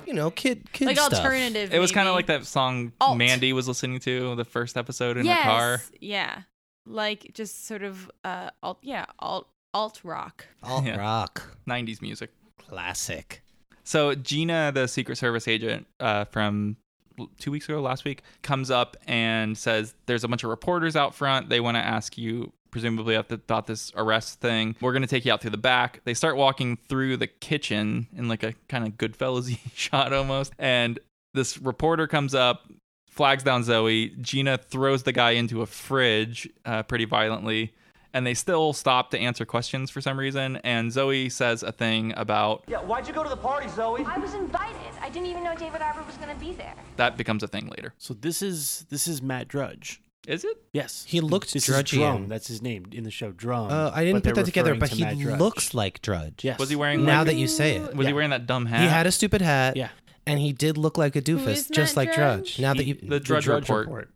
A: You know, kid, kid
B: like
A: stuff.
B: alternative.
C: It was kind of
B: maybe.
C: like that song
B: Alt.
C: Mandy was listening to the first episode in
B: yes,
C: her car.
B: Yeah. Like just sort of uh alt yeah, alt alt rock.
A: Alt
C: Yeah.
A: rock,
C: 90s music.
A: classic.
C: So Gina, the Secret Service agent uh, from l- two weeks ago, last week, comes up and says, "There's a bunch of reporters out front. They want to ask you, presumably, at the- about this arrest thing. We're going to take you out through the back." <laughs> They start walking through the kitchen in like a kind of Goodfellas shot almost, and This reporter comes up, flags down Zoe. Gina throws the guy into a fridge uh, pretty violently, and they still stop to answer questions for some reason. And Zoe says a thing about
G: Yeah, why'd you go to the party, Zoe?
L: I was invited. I didn't even know David Arbor was going to be there.
C: that becomes a thing later.
D: So this is this is Matt Drudge.
C: Is it?
D: Yes,
A: He looked
D: this
A: Drudgian.
D: Is Drum. That's his name in the show. Drum.
A: Uh, I didn't
D: Um, but
A: put that
D: they're
A: together,
D: referring
A: but
D: to
A: he
D: Matt Drudge.
A: looks like Drudge.
D: Yes.
C: Was he wearing?
A: Now
C: like-
A: that you say it,
C: was he wearing that dumb hat?
A: he had a stupid hat.
D: Yeah.
A: and he did look like a
B: is
A: doofus, just
B: Matt
A: like Drudge.
B: Drudge?
A: Now that
D: He-
A: you,
C: the Drudge, report.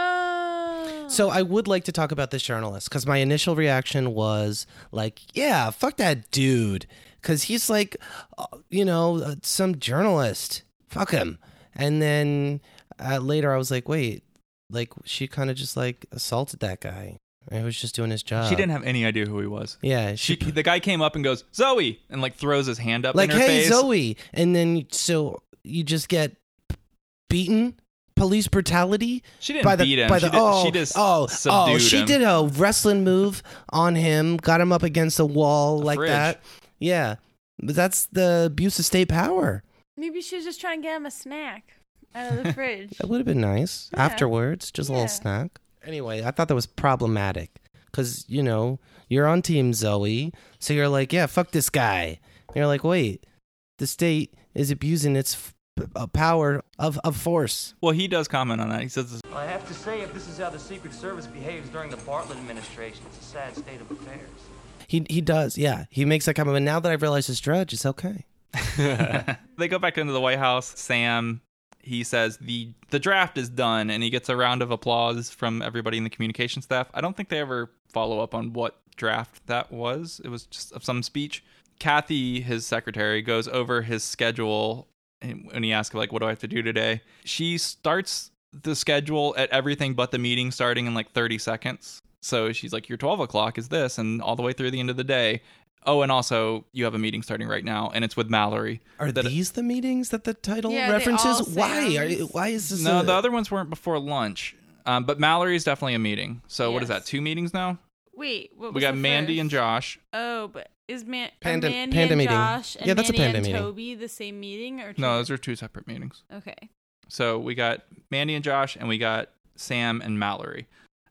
B: Oh.
A: so I would like to talk about this journalist because my initial reaction was like, yeah, fuck that dude, because he's like, uh, you know, uh, some journalist. Fuck him. And then uh, later, I was like, wait, like she kind of just like assaulted that guy. He was just doing his job.
C: She didn't have any idea who he was.
A: Yeah,
C: She, the guy came up and goes Zoe and like throws his hand up
A: like
C: in her
A: hey
C: face.
A: zoe and then you- so you just get beaten police brutality
C: She didn't
A: by the
C: beat him.
A: by
C: she
A: the
C: did-
A: oh
C: she just
A: oh oh
C: subdued
A: she
C: him.
A: did a wrestling move on him got him up against a wall
C: A
A: like
C: fridge.
A: that yeah but that's the abuse of state power
B: Maybe she was just trying to get him a snack
A: <laughs>
B: out of the fridge.
A: that would have been nice
B: Yeah.
A: afterwards just a little
B: Yeah.
A: snack anyway i thought that was problematic because you know you're on team zoe so you're like yeah fuck this guy and you're like wait the state is abusing its f- uh, power of, of force
C: Well, he does comment on that. He says,
G: I have to say, if this is how the Secret Service behaves during the Bartlett administration, it's a sad state of affairs.
A: he, he does yeah he makes that comment but now that i've realized his drudge it's okay <laughs>
C: <laughs> they go back into the White House. Sam, he says the the draft is done, and he gets a round of applause from everybody in the communication staff. I don't think they ever follow up on what draft that was. It was just of some speech. Kathy, his secretary, goes over his schedule, and when he asks like, "What do I have to do today?" She starts the schedule at everything but the meeting starting in like 30 seconds. So she's like, "Your 12 o'clock is this, and all the way through the end of the day." Oh, and also you have a meeting starting right now, and it's with Mallory.
A: are
C: That-
A: these the meetings that the title
B: Yeah, they all
A: references why are,
B: sound-
A: why is this
C: no,
A: a-
C: the other ones weren't before lunch. Um, but Mallory's definitely a meeting. So what is
B: Yes.
C: that? Two meetings now.
B: Wait, what
C: we
B: was
C: got
B: the
C: Mandy
B: first?
C: and Josh.
B: Oh, but is Man
A: Panda-
B: are Mandy
A: panda
B: and
A: meeting.
B: Josh and
A: Yeah, that's a
B: Mandy
A: panda
B: and
A: meeting.
B: Toby the same meeting or
C: No,
B: two-
C: those are two separate meetings.
B: okay.
C: So we got Mandy and Josh, and we got Sam and Mallory.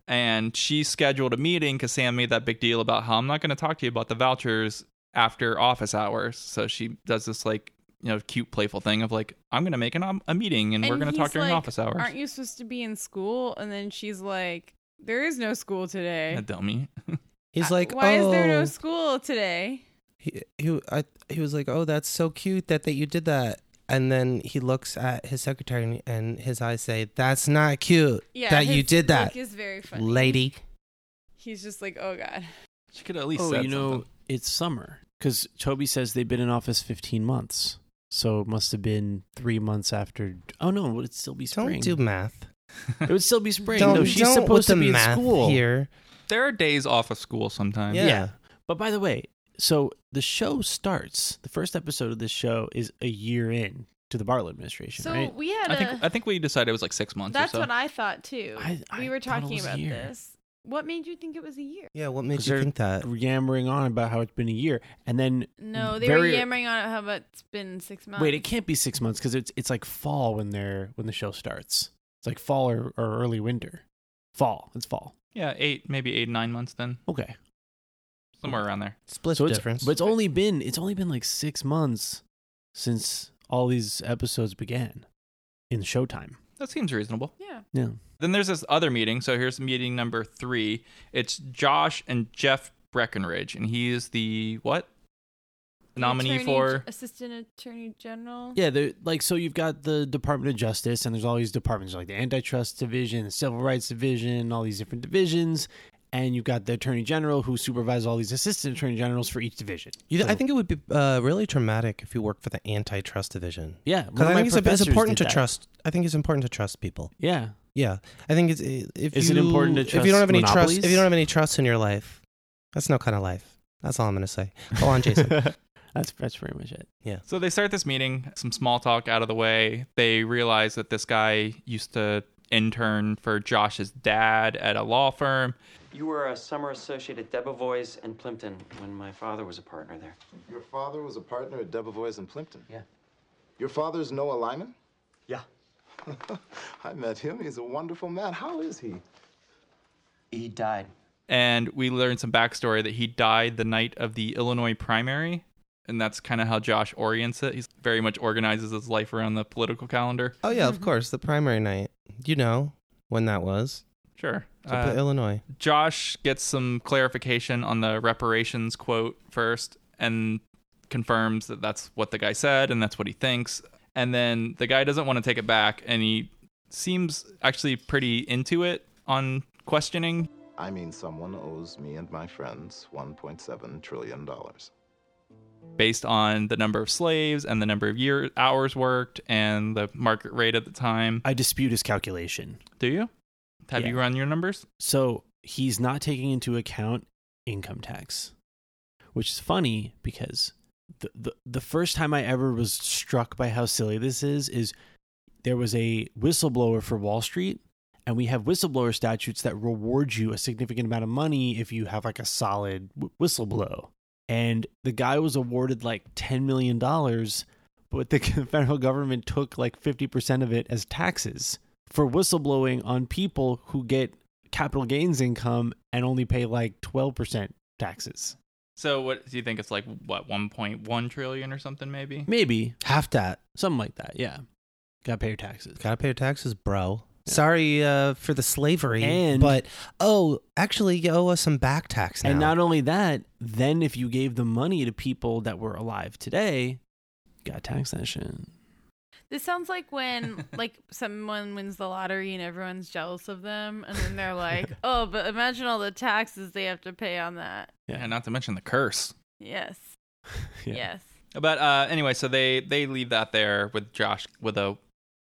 C: And she scheduled a meeting because Sam made that big deal about how I'm not going to talk to you about the vouchers after office hours. So she does this like you know cute playful thing of like I'm going to make an, um, a meeting and, we're going to talk
B: he's
C: during
B: like,
C: office hours.
B: Aren't you supposed to be in school? And then she's like, "There is no school today.
C: a dummy. <laughs>
A: he's like
B: Why
A: oh
B: is there no school today?"
A: he he I, he was like, "Oh, that's so cute that that you did that." And then he looks at his secretary and, and his eyes say, "That's not cute
B: Yeah,
A: that you
B: his
A: did that,
B: Look is very funny.
A: lady."
B: He's just like, "Oh God."
C: she could at least.
D: Oh,
C: said
D: you know,
C: something.
D: it's summer because Toby says they've been in office 15 months, so it must have been three months after. Oh no, would it still be spring?
A: Don't do math.
D: <laughs> it would
A: <laughs>
D: still be spring.
A: Don't,
D: no, she's
A: don't with
D: supposed
A: the
D: to be in
A: math
D: school
A: here.
C: there are days off of school sometimes.
A: Yeah.
D: But by the way, so the show starts. The first episode of this show is a year in to the Bartlett administration,
B: So
D: right?
B: we had
C: I
B: a.
C: think I think we decided it was like six months.
B: that's
C: or so.
B: what I thought too.
D: I- I
B: we were
D: thought it
B: talking
D: was a
B: about
D: year.
B: this. What made you think it was a year?
A: Yeah, what makes
D: 'Cause
A: you
D: they're
A: think that?
D: Uh, yammering on about how it's been a year, and then
B: No, they were
D: very-
B: yammering on it. How about it's been six months?
D: Wait, it can't be six months because it's it's like fall when they're when the show starts. It's like fall or, or early winter. Fall. It's fall.
C: Yeah, eight, maybe eight, nine months then,
D: Okay.
C: somewhere around there.
A: Split
D: so it's
A: difference.
D: but it's only been it's only been like six months since all these episodes began in Showtime.
C: That seems reasonable.
B: Yeah.
D: Yeah.
C: Then there's this other meeting. So here's meeting number three. It's Josh and Jeff Breckenridge, and he is the what
B: The
C: nominee
B: attorney-
C: for?
B: assistant attorney general.
D: Yeah, they're like so you've got the Department of Justice and there's all these departments like the Antitrust Division, the Civil Rights Division, all these different divisions. And you've got the attorney general who supervises all these assistant attorney generals for each division.
A: you,
D: So-
A: I think it would be uh, really traumatic if you worked for the antitrust division.
D: yeah, one
A: Because
D: of
A: I
D: my
A: think it's, it's
D: professors
A: important
D: did
A: to
D: that.
A: trust. I think it's important to trust people.
D: Yeah,
A: Yeah, I think it's eh, if
D: Is
A: you,
D: it important to
A: if you don't
D: trust
A: have any trust if
D: monopolies?
A: you don't have any trust in your life, that's no kind of life. That's all I'm gonna say. Go on, Jason. <laughs>
D: that's that's pretty much it.
C: So they start this meeting, some small talk out of the way. They realize that this guy used to intern for Josh's dad at a law firm.
G: You were a summer associate at Debevoise and Plimpton when my father was a partner there.
M: Your father was a partner at Debevoise and Plimpton.
G: Yeah.
M: Your father's Noah Lyman? Yeah. <laughs> I met him. He's a wonderful man. How is he?
I: He died.
C: And we learned some backstory that he died the night of the Illinois primary. And that's kind of how Josh orients it. He very much organizes his life around the political calendar.
A: Oh yeah, of course, the primary night. You know when that was.
C: Sure.
A: So put
C: Uh,
A: Illinois.
C: Josh gets some clarification on the reparations quote first and confirms that that's what the guy said and that's what he thinks. And then the guy doesn't want to take it back and he seems actually pretty into it on questioning.
M: I mean, someone owes me and my friends $1.7 trillion.
C: based on the number of slaves and the number of year hours worked and the market rate at the time.
D: I dispute his calculation.
C: Do you? Have you
D: Yeah.
C: run your numbers?
D: So he's not taking into account income tax, which is funny because the, the, the first time I ever was struck by how silly this is, is there was a whistleblower for Wall Street. And we have whistleblower statutes that reward you a significant amount of money if you have like a solid wh- whistleblow. And the guy was awarded like $10 million, but the <laughs> federal government took like 50% of it as taxes for whistleblowing on people who get capital gains income and only pay like 12% taxes.
C: So what do you think it's like what 1.1 trillion or something maybe?
D: Maybe
A: Half that.
D: something like that. Yeah. Gotta pay your taxes.
A: Gotta pay your taxes, bro. Sorry uh, for the slavery,
D: And-
A: but oh, actually, you owe us some back tax now.
D: And not only that, then if you gave the money to people that were alive today, you gotta tax that shit. <laughs>
B: This sounds like when like someone wins the lottery and everyone's jealous of them, and
D: <laughs>
B: then they're like, "Oh, but imagine all the taxes they have to pay on that."
C: Yeah, and not to mention the curse.
B: Yes, yes.
C: But uh anyway, so they they leave that there with Josh with a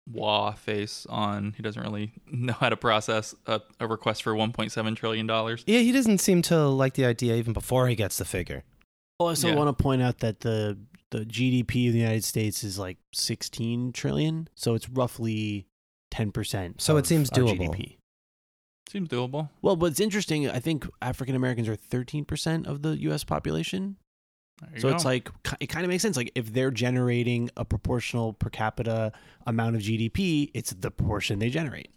C: wah face on. He doesn't really <laughs> know how to process a, a request for 1.7 trillion dollars.
A: yeah, he doesn't seem to like the idea even before he gets the figure.
D: Oh, I also
C: Yeah.
D: want to point out that the the GDP of the United States is like 16 trillion, so it's roughly 10%.
A: So it
D: of
A: seems
D: our
A: doable.
D: GDP.
C: Seems doable.
D: Well, what's interesting, I think African Americans are 13% of the US population.
C: There you
D: So it's
C: go.
D: like ki- it kind of makes sense. Like if they're generating a proportional per capita amount of GDP, it's the proportion they generate,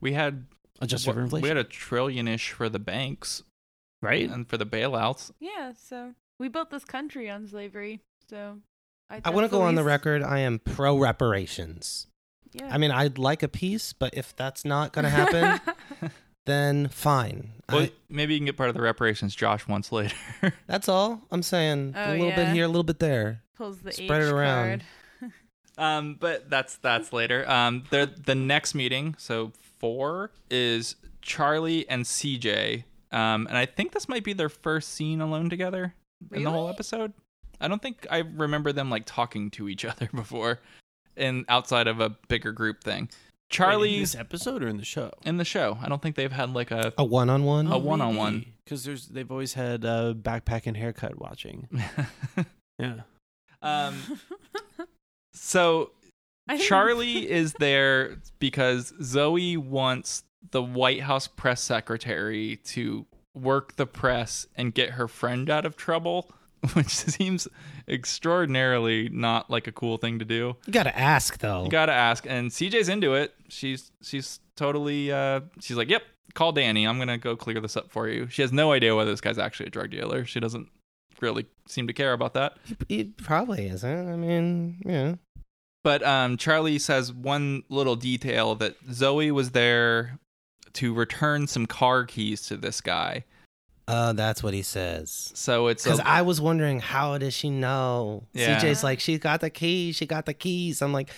C: we had
D: adjusted
C: what-
D: for inflation.
C: We had a trillion ish for the banks,
D: right?
C: And for the bailouts.
B: Yeah, so we built this country on slavery. So
A: I want to
B: that's
A: go on the
B: least-
A: record. I am pro reparations.
B: Yeah.
A: I mean, I'd like a piece, but if that's not going to
B: <laughs>
A: happen, then fine.
C: Well,
A: I-
C: maybe you can get part of the reparations Josh wants later. <laughs>
A: that's all I'm saying.
B: Oh,
A: a little
B: yeah.
A: bit here, a little bit there.
B: pulls the
A: Spread
B: H
A: it around.
B: card.
C: um, but that's that's later. Um, the the next meeting, so four is Charlie and CJ. Um, and I think this might be their first scene alone together in the whole episode. I don't think I remember them like talking to each <laughs> other before, and outside of a bigger group thing.
D: in this
C: Charlie's
D: episode or in the show?
C: in the show. I don't think they've had like a
A: A one on
C: a
A: one.
C: one on one.
D: because there's they've always had uh, backpack and haircut watching. Yeah,
C: <laughs> um, so
B: <laughs> I think- <laughs>
C: Charlie is there because Zoe wants the White House press secretary to work the press and get her friend out of trouble, <laughs> which seems extraordinarily not like a cool thing to do.
A: You got to ask, though.
C: You gotta ask, and CJ's into it. She's she's totally uh, she's like, yep, call Danny. I'm gonna go clear this up for you. She has no idea whether this guy's actually a drug dealer. She doesn't really seem to care about that.
A: it probably isn't. I mean, yeah.
C: But um, Charlie says one little detail that Zoe was there to return some car keys to this guy.
A: Uh, that's what he says.
C: So it's
A: Because
C: a,
A: I was wondering, how does she know?
C: Yeah.
A: CJ's like, she got the keys. She got the keys. I'm like,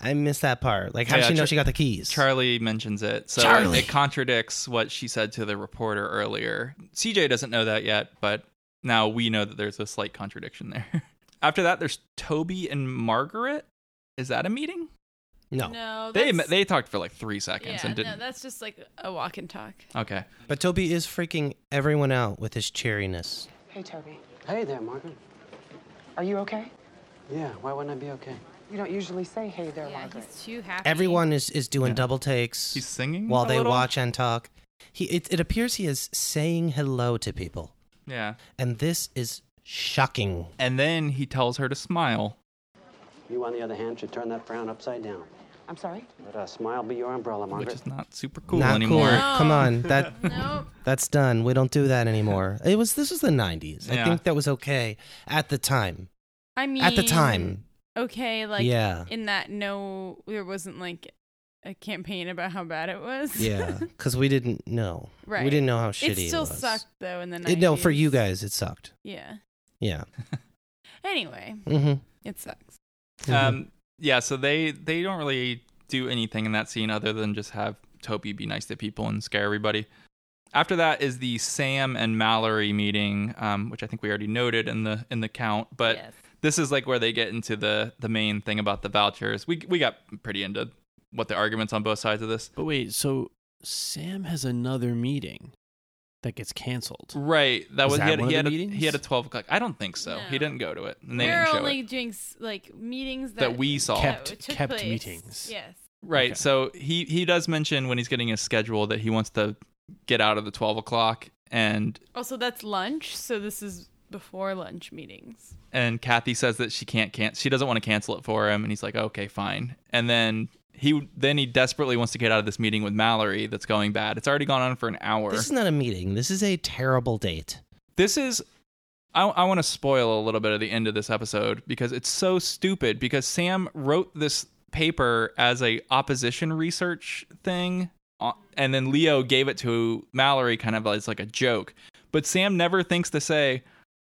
A: I missed that part. Like, how does
C: Yeah,
A: she know
C: Char-
A: she got the keys?
C: Charlie mentions it. So
A: Charlie.
C: It, it contradicts what she said to the reporter earlier. CJ doesn't know that yet, but now we know that there's a slight contradiction there. <laughs> After that, there's Toby and Margaret. Is that a meeting?
A: no.
B: No,
C: They
B: Oh, that's-
C: they talked for like three seconds
B: yeah,
C: and
B: no,
C: didn't.
B: that's just like a walk and talk.
C: okay.
A: But Toby is freaking everyone out with his cheeriness.
K: Hey, Toby.
I: Hey there, Margaret.
K: Are you okay?
I: Yeah, why wouldn't I be okay?
K: You don't usually say hey there, Margaret.
B: He's too happy.
A: Everyone is, is doing double takes
C: He's singing
A: while
C: a
A: they
C: little?
A: watch and talk. He it, it appears he is saying hello to people,
C: Yeah.
A: and this is shocking.
C: And then he tells her to smile.
I: You, on the other hand, should turn that frown upside down. uh,
K: I'm sorry?
G: Let a smile be your umbrella, Margaret.
C: Which is not super cool
A: Not
C: anymore.
A: cool. Come on,
B: <laughs>
A: that that's done. We don't do that anymore. It was this was the '90s. I
C: Yeah.
A: think that was okay at the time.
B: I mean,
A: At the time.
B: okay, like
A: Yeah.
B: in that no, there wasn't like a campaign about how bad it was. <laughs>
A: Yeah, because we didn't know.
B: right.
A: We didn't know how shitty
B: it still
A: was.
B: sucked though. In the 90s.
A: It- no, for you guys, it sucked.
B: Yeah.
A: Yeah.
B: Anyway,
A: Mhm.
B: it sucks. Mm-hmm.
A: Mm-hmm.
C: Um, yeah, so they they don't really do anything in that scene other than just have Toby be nice to people and scare everybody. After that is the Sam and Mallory meeting, um, which I think we already noted in the in the count, but this is like where they get into the the main thing about the vouchers. We we got pretty into what the arguments on both sides of this.
D: But wait, so Sam has another meeting that gets canceled.
A: <laughs>
C: Right, that
D: Is
C: was,
D: that
C: he had,
D: one of
C: he,
D: the
C: had a,
D: meetings?
C: he had a twelve o'clock. I don't think so. He didn't go to it. And they
B: We're
C: didn't show
B: only
C: it.
B: doing s- like meetings that,
C: That we saw.
D: Kept-
B: took
D: kept
B: place.
D: meetings.
B: Yes.
C: Right. So he he does mention when he's getting his schedule that he wants to get out of the twelve o'clock and
B: Also, that's lunch, so this is before lunch meetings.
C: and Kathy says that she can't can she doesn't want to cancel it for him and he's like okay fine and then he then he desperately wants to get out of this meeting with Mallory that's going bad. It's already gone on for an hour.
A: This is not a meeting. This is a terrible date.
C: this is I, I want to spoil a little bit of the end of this episode because it's so stupid because Sam wrote this paper as a opposition research thing uh, and then Leo gave it to Mallory kind of as like a joke but Sam never thinks to say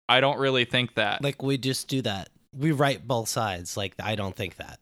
C: I don't really think that
A: Like we just do that. We write both sides. Like I don't think that.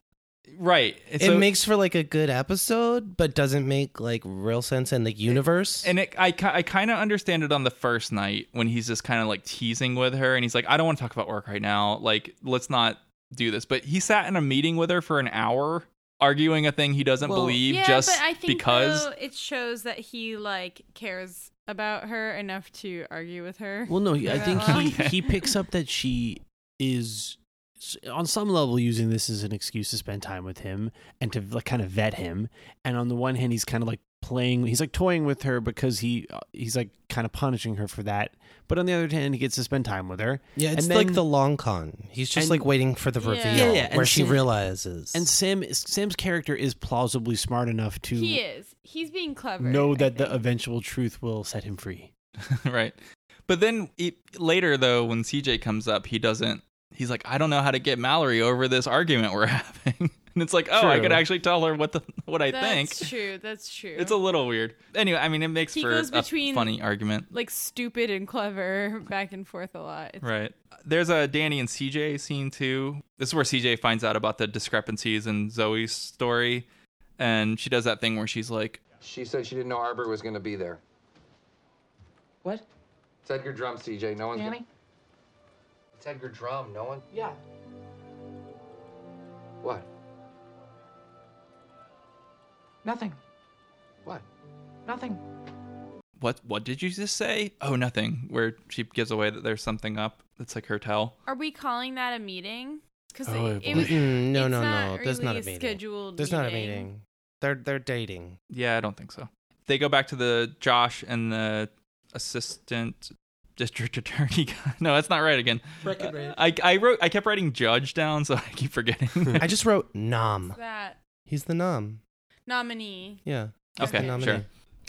C: right
A: It
C: So-
A: makes for like a good episode, but doesn't make like real sense in the universe.
C: and it, I, ki- I kind of understand it on the first night when he's just kind of like teasing with her and he's like i don't want to talk about work right now like let's not do this but he sat in a meeting with her for an hour arguing a thing he doesn't believe
B: yeah,
C: just
B: but I think
C: because
B: though, it shows that he like cares about her enough to argue with her.
D: Well, no, he-
B: for
D: I
B: that
D: think
B: long.
D: he, he picks up that she is s- on some level using this as an excuse to spend time with him and to like kind of vet him. And on the one hand, he's kind of like playing, he's like toying with her because he uh, he's like kind of punishing her for that. But on the other hand, he gets to spend time with her.
A: yeah, it's
D: And
A: like
D: then-
A: the long con. He's just
D: and-
A: like waiting for the
B: Yeah.
A: reveal
D: Yeah, yeah, and
A: where she
D: Sam-
A: realizes.
D: And Sam is- Sam's character is plausibly smart enough to
B: He is. He's being clever.
D: know that the eventual truth will set him free.
C: <laughs> right but then it, later though when cj comes up he doesn't he's like i don't know how to get mallory over this argument we're <laughs> having and it's like oh i
D: True.
C: could actually tell her what the what i
B: that's
C: <laughs> think
B: true. That's true.
C: it's a little weird anyway i mean it makes
B: He
C: for
B: goes
C: a
B: between-
C: funny argument
B: like stupid and clever back and forth a lot. It's-
C: Right. There's a Danny and CJ scene too. This is where CJ finds out about the discrepancies in Zoe's story. And she does that thing where she's like,
N: She said she didn't know Arbor was going to be there.
K: What?
N: It's Edgar Drum, CJ. No one's.
K: Danny?
N: It's Edgar Drum. No one.
K: Yeah.
N: What?
K: Nothing.
N: What?
K: Nothing.
C: What what did you just say? Oh nothing. Where she gives away that there's something up. It's like her tell.
B: Are we calling that a meeting? Because
C: Oh,
B: it,
C: boy.
B: it was
A: Mm-mm, no,
B: it's
A: no,
B: not
A: no. There's not
B: really
A: a meeting.
B: scheduled
A: There's not a
B: meeting.
A: meeting. They're they're
C: <laughs>
A: dating.
C: Yeah, I don't think so. They go back to the Josh and the assistant district <laughs> attorney guy. No, that's not right again.
A: Breckenridge.
C: I, I wrote I kept writing judge down, so <laughs> I keep forgetting.
A: <laughs> I just wrote nom.
B: that
A: He's the nom.
B: nominee.
A: Yeah. he's the
C: Okay,
A: nominee.
C: sure.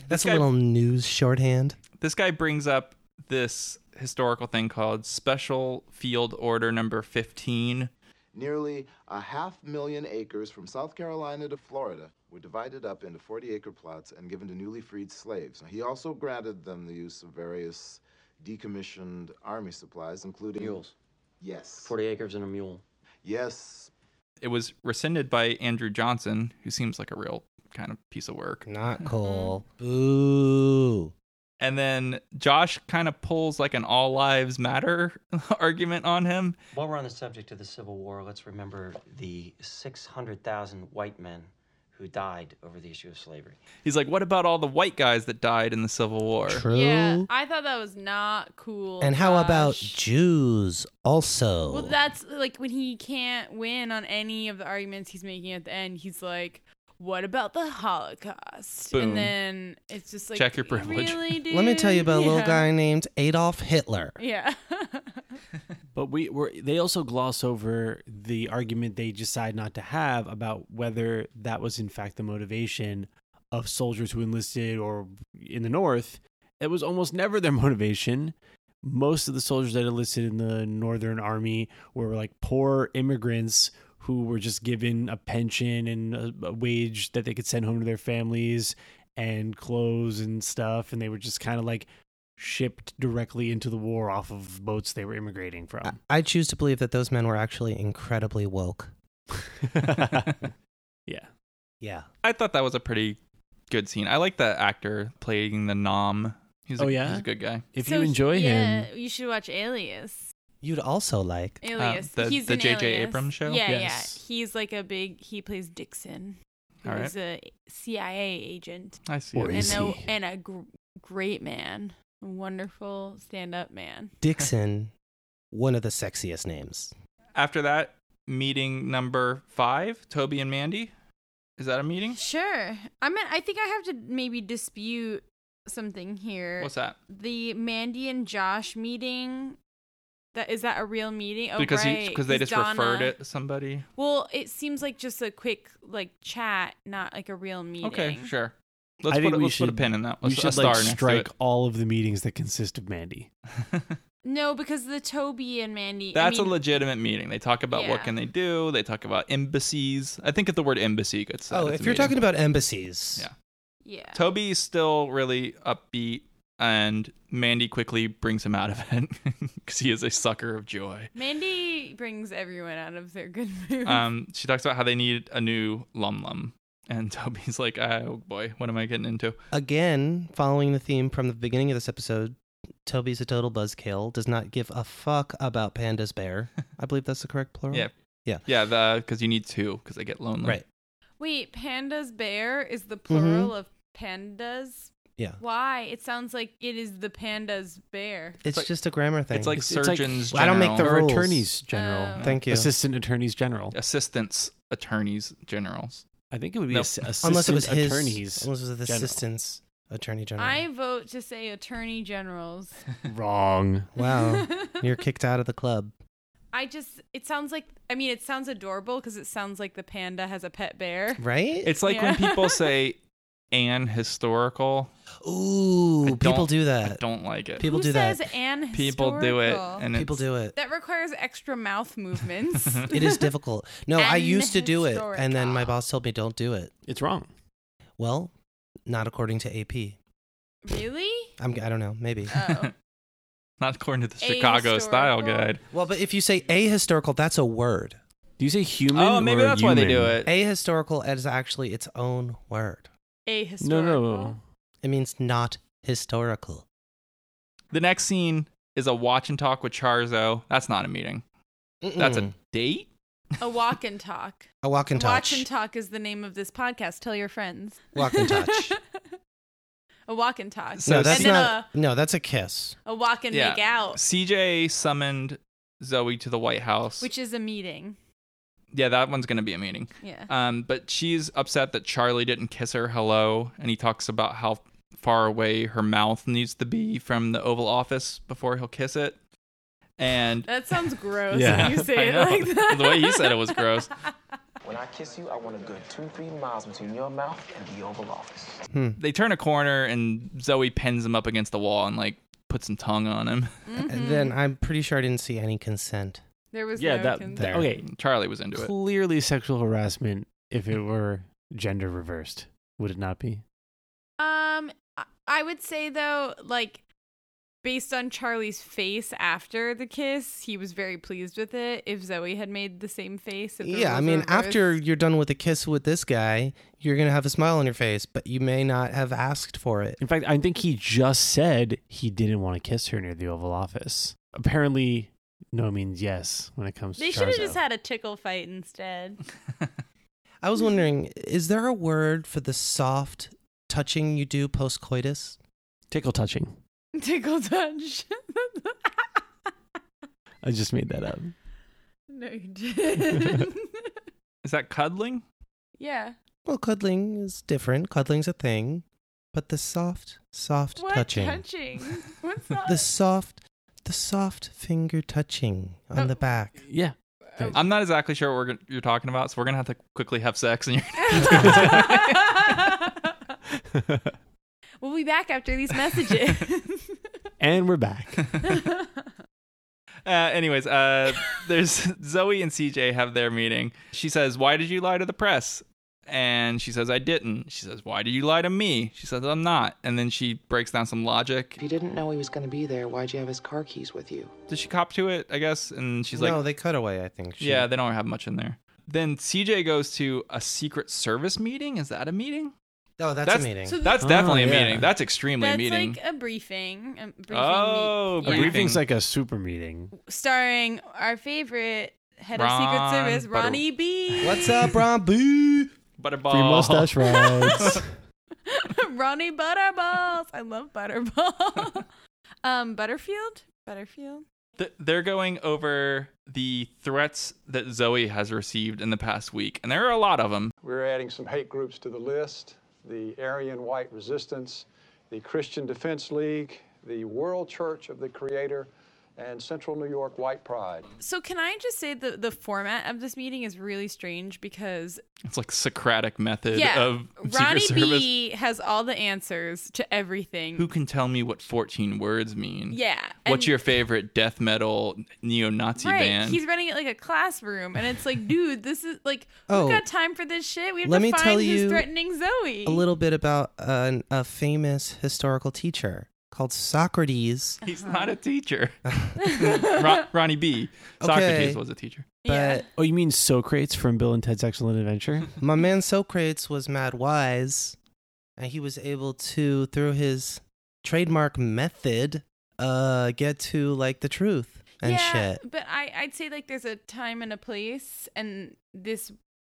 A: That's
C: guy-
A: a little news shorthand.
C: this guy brings up this historical thing called special field order number 15
M: Nearly a half million acres from South Carolina to Florida were divided up into 40 acre plots and given to newly freed slaves. Now, he also granted them the use of various decommissioned army supplies, including
I: Mules.
M: Yes.
I: 40 acres and a mule.
M: Yes.
C: it was rescinded by andrew johnson who seems like a real kind of piece of work
A: Not cool. Mm-hmm. Boo.
C: and then josh kind of pulls like an all lives matter <laughs> argument on him
I: While we're on the subject of the Civil War, let's remember the 600,000 white men who died over the issue of slavery.
C: he's like what about all the white guys that died in the civil war
A: True.
B: Yeah, I thought that was not cool.
A: and how
B: Josh.
A: about Jews also?
B: Oh, Well, that's like when he can't win on any of the arguments he's making at the end. He's like, "What about the Holocaust?"
A: Boom.
B: And then it's just like,
C: Check your privilege.
B: Really, dude?
A: Let me tell you about a little
B: Yeah.
C: <laughs>
A: guy named Adolf Hitler.
B: Yeah.
D: But we were they also gloss over the argument they decide not to have about whether that was in fact the motivation of soldiers who enlisted or in the north. It was almost never their <laughs> motivation. Most of the soldiers that enlisted in the northern army were like poor immigrants who were just given a pension and a, a wage that they could send home to their families and clothes and stuff and they were just kind of like shipped directly into the war off of boats they were immigrating from.
A: I choose to believe that those men were actually incredibly woke.
C: Ah.
D: <laughs>
C: <laughs>
D: yeah.
A: Yeah.
C: I thought that was a pretty good scene. I like the actor playing the nom. He's a,
D: Oh, yeah?
C: he's a good guy.
D: If
B: So
D: you
B: he-
D: enjoy
B: yeah,
D: him,
B: you should watch Alias.
A: You'd also like.
B: <laughs> Alias.
C: Uh, the-
B: he's
C: the
B: in
C: J.J.
B: Alias.
C: Abrams show?
B: Yeah,
C: Yes.
B: yeah. He's like a big. He plays Dixon.
C: All right.
B: He's a CIA agent
C: I see.
D: Or
C: it.
D: is
B: and a,
D: he?
B: and a gr- great man, a wonderful stand-up man.
A: Dixon, one of the sexiest names.
C: After that, meeting number five, Toby and Mandy. Is that a meeting?
B: Sure. I mean, I think I have to maybe dispute something here.
C: What's that?
B: The Mandy and Josh meeting. That is that a real meeting? Oh,
C: because
B: right.
C: because they
B: 'cause
C: just referred
B: Donna-
C: it to somebody.
B: Well, it seems like just a quick like chat, not like a real meeting.
C: Okay, sure. Let's
D: I think
C: put a,
D: we
C: let's
D: should
C: put a pin in that.
D: We
C: Let's
D: should
C: a star
D: like
C: next to
D: strike
C: it.
D: all of the meetings that consist of Mandy.
C: <laughs>
B: No, because the Toby and Mandy. I
C: That's
B: mean-
C: a legitimate meeting. They talk about what
B: Yeah.
C: can they do. They talk about embassies. I think if the word embassy gets said,
A: Oh,
C: it's
A: if
C: a
A: you're
C: meeting.
A: talking about embassies.
C: Yeah.
B: Yeah.
C: Toby's still really upbeat, and Mandy quickly brings him out of it <laughs> because he is a sucker of joy.
B: Mandy brings everyone out of their good <laughs>
A: Mm-hmm.
B: mood.
C: Um, she talks about how they need a new lum lum, and <laughs> Toby's like, "Oh boy, what am I getting into?"
A: Again, following the theme from the beginning of this episode, Toby's a total buzzkill, does not give a fuck about Panda's
C: <laughs>
A: bear. I believe that's the correct plural.
C: Yeah,
A: Yeah.
C: yeah. The because you need two because they get lonely.
A: Right.
B: Wait, panda's bear is
A: Mm-hmm.
B: the plural of pandas.
A: Yeah.
B: Why? It sounds like it is the panda's bear.
A: It's, just a grammar thing.
C: It's like
D: It's- it's like-
C: surgeons.
A: I don't make the
C: general-
D: Or
A: rules.
D: attorneys general.
B: Oh.
A: Thank you.
D: Assistant attorneys general.
C: assistants, attorneys, generals.
D: I think it would be
C: No.
D: ass- assistant
A: unless it was his,
D: attorneys.
A: unless it was the
D: general.
A: assistant's attorney general.
B: I vote to say
A: <laughs>
B: attorney generals.
D: <laughs> Wrong.
C: <laughs>
A: Wow, you're kicked out of the club.
B: I just it sounds like I mean it sounds adorable because it sounds like the panda has a pet bear.
A: Right?
C: It's like when
A: <laughs>
B: Yeah.
C: people say an historical. I
A: Ooh,
C: don't-
A: people do
C: I
A: that.
C: don't like it.
A: People
B: Who
A: do
B: says
A: that.
B: An
C: People do it,
B: historical?
C: and
A: People
B: <laughs>
C: it's-
A: do
C: <laughs>
A: it.
B: that requires
A: <laughs>
B: extra mouth movements.
A: It
B: <laughs>
A: is difficult. No, I
B: An
A: used to do it, and then my
B: historical.
A: boss told me don't do it.
D: It's wrong.
A: Well, not according to AP.
B: really?
A: I'm, I don't know, maybe.
B: Oh.
C: <laughs> Not according to the Chicago style
B: Ahistorical?
C: guide.
A: well, but if you say ahistorical, that's a word.
D: Do you say human?
C: Oh, maybe
D: or
C: that's why they do
D: human?
C: it.
A: Ahistorical is actually its own word.
B: Ahistorical.
D: No, no.
A: It means not historical.
C: The next scene is a watch and talk with Charzo. That's not a meeting. That's a
A: Mm-mm.
C: date.
B: A walk and talk.
A: a walk and touch.
B: Watch and Talk is the name of this podcast. Tell your friends.
A: Walk and touch.
B: <laughs> a walk and talk.
C: So
A: No, that's
B: and then
A: not. No, that's a kiss.
B: a, a walk and make out,
C: CJ summoned Zoe to the White House.
B: which is a meeting.
C: yeah, that one's gonna be a meeting.
B: Yeah.
C: Um, but she's upset that Charlie didn't kiss her hello, and he talks about how far away her mouth needs to be from the Oval Office before he'll kiss it.
B: <laughs>
C: And
B: That sounds gross
C: <laughs>
D: Yeah.
B: when you say it
C: I know.
B: like that.
C: The way you said it was gross.
J: When I kiss you, I want a good two, three miles between your mouth and the Oval Office.
A: Hmm.
C: they turn a corner, and Zoe pins him up against the wall and like puts some tongue on him.
A: And then I'm pretty sure I didn't see any consent.
B: <laughs> There was
D: Yeah,
B: no
D: that-
B: consent.
D: that- okay.
C: <laughs> Charlie was into it.
D: Clearly sexual harassment if it were gender reversed. Would it not be?
B: Um, I- I would say though, like based on Charlie's face after the kiss, he was very pleased with it. If Zoe had made the same face, if the
A: Yeah, I
B: roles
A: mean,
B: were
A: after
B: reversed-
A: you're done with a kiss with this guy, you're gonna have a smile on your face, but you may not have asked for it.
D: In fact, I think he just said he didn't want to kiss her near the Oval Office. Apparently, no means yes when it comes
B: they
D: to
B: should have
D: Charzo.
B: just had a tickle fight instead.
A: I was wondering, is there a word for the soft touching you do post coitus?
D: tickle touching.
B: <laughs> tickle touch. <laughs>
D: I just made that up.
B: no, you didn't. <laughs>
C: Is that cuddling?
B: yeah.
A: Well, cuddling is different. Cuddling's a thing, but the soft, soft
B: What
A: touching, <laughs>
B: touching? What's that?
A: the soft, the The soft finger touching on the back.
D: Yeah.
C: I'm not exactly sure what we're gonna, you're talking about, so we're gonna have to quickly have sex. And
B: <laughs>
C: <laughs> you're
B: <laughs> We'll be back after
A: <laughs>
B: these messages.
D: and we're back.
C: <laughs> uh, anyways, uh, there's <laughs> Zoe and CJ have their meeting. She says, "Why did you lie to the press?" And she says, "I didn't." She says, "Why did you lie to me?" She says, "I'm not." And then she breaks down some logic.
K: If you didn't know he was going to be there, why'd you have his car keys with you?
C: Did she cop to it? I guess. And she's like,
A: no, they cut away, I think. She-
C: "Yeah, they don't have much in there." Then CJ goes to a secret service meeting. Is that a meeting?
A: No, that's, a meeting.
B: So th-
C: That's
B: Oh,
C: definitely
D: yeah.
C: a meeting. That's extremely
B: That's
C: a meeting.
B: like a briefing. A briefing
C: Oh,
B: meet-
D: A
B: yeah.
D: briefing's like a super meeting.
B: starring our favorite head
C: Ron
B: of Secret Service,
C: Butter-
B: Ronnie B.
A: What's up, Ron Boo?
C: Butterball. <laughs>
D: Free mustache rides.
B: <laughs> Ronnie Butterballs. I love Butterball. <laughs> um, Butterfield. Butterfield.
C: Th- they're going over the threats that Zoe has received in the past week, and there are a lot of them.
O: We're adding some hate groups to the list the Aryan White Resistance, the Christian Defense League, the World Church of the Creator, and Central New York White Pride.
B: So can I just say the the format of this meeting is really strange because
C: It's like Socratic method
B: yeah,
C: of
B: Ronnie
C: uh, Secret Service.
B: B has all the answers to everything.
C: Who can tell me what 14 words mean?
B: Yeah,
C: What's
B: and-
C: your favorite death metal neo-Nazi
B: right?
C: band?
B: He's running it like a classroom, and it's
C: <laughs>
B: like, dude, this is like,
A: Oh.
B: we've got time for this shit. We have
A: Let
B: to
A: me
B: find
A: tell
B: who's
A: you
B: threatening Zoe.
A: a little bit about an, a famous historical teacher called Socrates.
C: He's not
A: <laughs>
C: a teacher. Ron- Ronnie B. Socrates
A: Okay.
C: was a teacher.
A: But
D: Oh, you mean Socrates from Bill and Ted's Excellent <laughs> Adventure?
A: my man Socrates was mad wise, and he was able to, through his trademark method, uh, get to like the truth and
B: yeah,
A: shit.
B: But I, I'd say like there's a time and a place, and this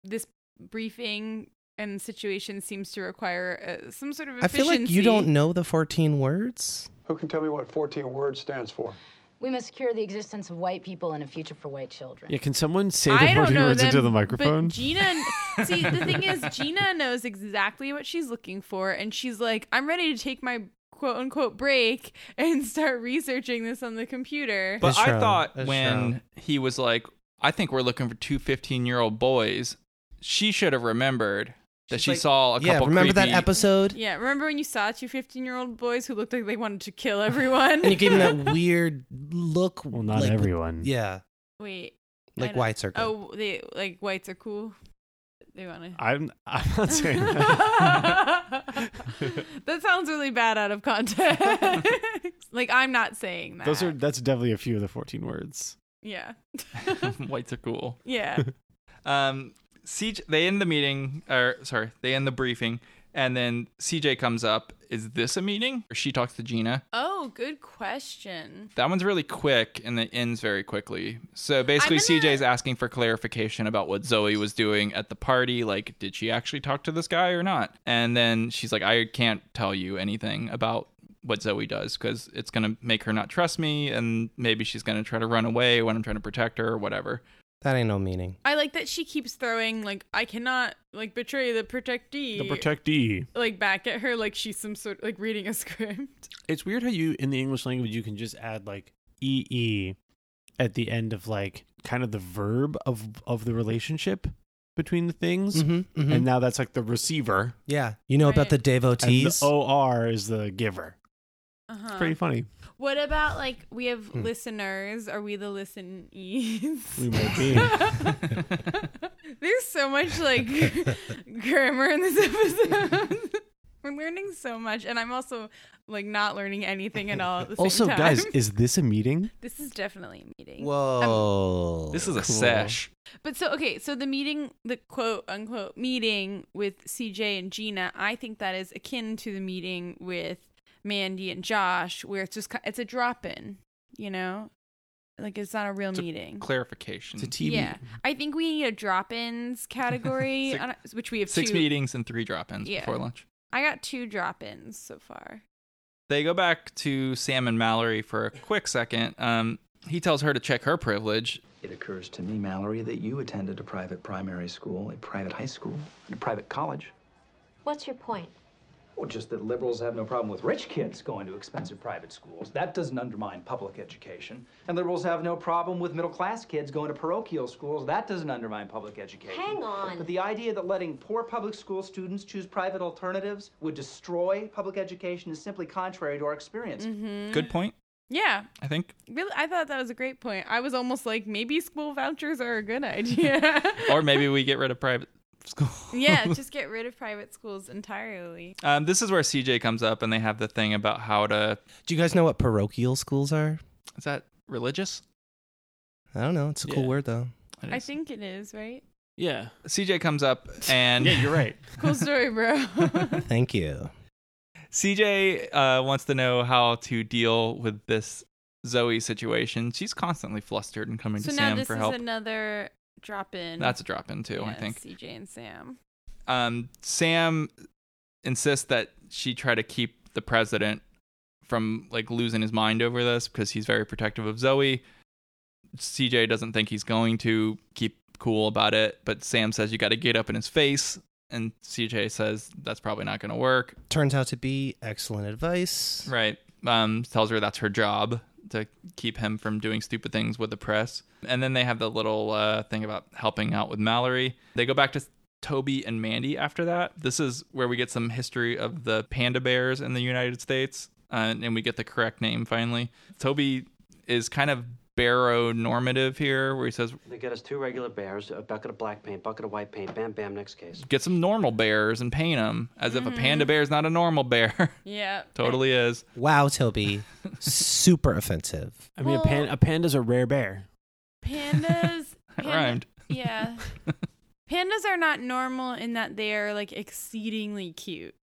B: this briefing and situation seems to require uh, some sort of
A: I
B: efficiency.
A: feel like you don't know the 14 words.
O: Who can tell me what 14 words stands for?
P: We must secure the existence of white people and a future for white children.
D: Yeah, can someone say
B: I
D: the
B: don't
D: 14
B: know
D: words
B: them,
D: into the
B: but
D: microphone?
B: Gina,
D: <laughs>
B: see the thing is, Gina knows exactly what she's looking for, and she's like, "I'm ready to take my quote unquote break and start researching this on the computer."
C: But I
A: true.
C: thought
A: That's
C: when
A: true.
C: he was like, I think we're looking for two 15 year old boys, she should have remembered that she saw a
A: yeah,
C: couple
A: remember that
C: creepy-
A: episode?
B: yeah, remember when you saw two 15 year old boys who looked like they wanted to kill everyone?
A: And you gave him that weird look.
D: Well, not
A: like-
D: everyone.
A: Yeah,
B: <laughs> Wait. I
A: like
B: don't-
A: whites are good.
B: Oh, they like whites are cool. They want to.
D: I'm I'm not saying
B: <laughs>
D: that. <laughs>
B: that sounds really bad out of context. like I'm not saying that.
D: Those are that's definitely a few of the 14 words. <laughs>
B: Yeah.
C: Whites are cool.
B: Yeah.
C: Um, CJ, they end the meeting, or sorry, they end the briefing, and then CJ comes up. Is this a meeting? Or she talks to Gina.
B: oh, good question.
C: That one's really quick and it ends very quickly. So basically,
B: gonna-
C: CJ's asking for clarification about what Zoe was doing at the party. Like, did she actually talk to this guy or not? And then she's like, I can't tell you anything about what Zoe does because it's going to make her not trust me. And maybe she's going to try to run away when I'm trying to protect her or whatever. <laughs>
A: that ain't no meaning.
B: I like that she keeps throwing like I cannot like betray the protectee.
D: protectee.
B: like back at her like she's some sort like reading a <laughs> script.
D: It's weird how you in the English language you can just add like ee at the end of like kind of the verb of of the relationship between the things.
A: Mhm, mhm.
D: And now that's like the receiver.
A: Yeah, you know about the
D: And oh,
A: devotees.
D: the OR is the giver.
B: Uh-huh.
D: It's pretty funny.
B: What about like we have
D: Hmm.
B: listeners? Are we the listenees?
D: We
B: <laughs>
D: might be.
B: There's so much
D: <laughs>
B: like grammar in this episode. <laughs> We're learning so much, and I'm also like not learning anything at all at the same
D: Also,
B: time.
D: guys, is this a meeting?
B: this is definitely a meeting.
A: Whoa,
C: This is a
D: Cool.
C: sesh.
B: But so okay, so the meeting, the quote unquote meeting with CJ and Gina, I think that is akin to the meeting with Mandy and Josh, where it's just ki- it's a drop in, you know, like it's not a real
C: It's a
B: meeting.
C: Clarification.
D: It's a TV.
B: Yeah, I think we need a drop ins category,
C: <laughs> Six-
B: on a- which we have
C: Six
B: two.
C: meetings and three drop ins
B: Yeah.
C: before lunch.
B: I got two drop ins so far.
C: They go back to Sam and Mallory for a quick second. Um, he tells her to check her privilege.
Q: It occurs to me, Mallory, that you attended a private primary school, a private high school, and a private college.
L: What's your point?
Q: Well, just that liberals have no problem with rich kids going to expensive private schools. That doesn't undermine public education. And liberals have no problem with middle class kids going to parochial schools. That doesn't undermine public education.
R: Hang on.
Q: But the idea that letting poor public school students choose private alternatives would destroy public education is simply contrary to our experience.
B: Mhm.
C: Good point,
B: Yeah.
C: I think.
B: Really, I thought that was a great point. I was almost like, maybe school vouchers are a
C: <laughs>
B: good idea.
C: Or maybe we get rid of private school.
B: <laughs>
C: <laughs>
B: yeah, just get rid of private schools entirely.
C: Um, this is where CJ comes up, and they have the thing about how to.
A: Do you guys know what parochial schools are?
C: Is that religious?
A: I don't know. It's a cool word
C: <laughs>
A: though.
B: I think it is, right?
C: Yeah. CJ
B: <laughs>
C: comes up and.
D: Yeah, you're
C: <laughs>
D: right.
B: Cool story, bro.
A: Thank you.
C: CJ uh, wants to know how to deal with this Zoe situation. She's constantly flustered and coming
B: so
C: to
B: now
C: Sam
B: this
C: for
B: is
C: help.
B: another drop in.
C: That's a drop in too, I
B: Yeah,
C: think.
B: CJ and Sam.
C: um, Sam insists that she try to keep the president from like losing his mind over this because he's very protective of Zoe. CJ doesn't think he's going to keep cool about it, but Sam says you got to get up in his face, and CJ says that's probably not going to work.
A: Turns out to be excellent advice.
C: Right. Um, tells her that's her job to keep him from doing stupid things with the press. And then they have the little uh, thing about helping out with Mallory. They go back to Toby and Mandy after that. This is where we get some history of the panda bears in the United States. Uh, and we get the correct name finally. Toby is kind of baronormative here, where he says,
I: They get us two regular bears, a bucket of black paint, bucket of white paint, bam, bam, next case.
C: get some normal bears and paint them as if
B: Mhm.
C: a panda bear is not a normal bear. <laughs>
B: Yeah.
C: totally is.
A: Wow,
C: <laughs>
A: Toby. Super offensive.
D: I mean, a, pan- a panda's a rare bear.
B: <laughs> Pandas.
C: That
B: panda-
C: <laughs> rhymed. <laughs>
B: Yeah. Pandas are not normal in that they are like exceedingly cute.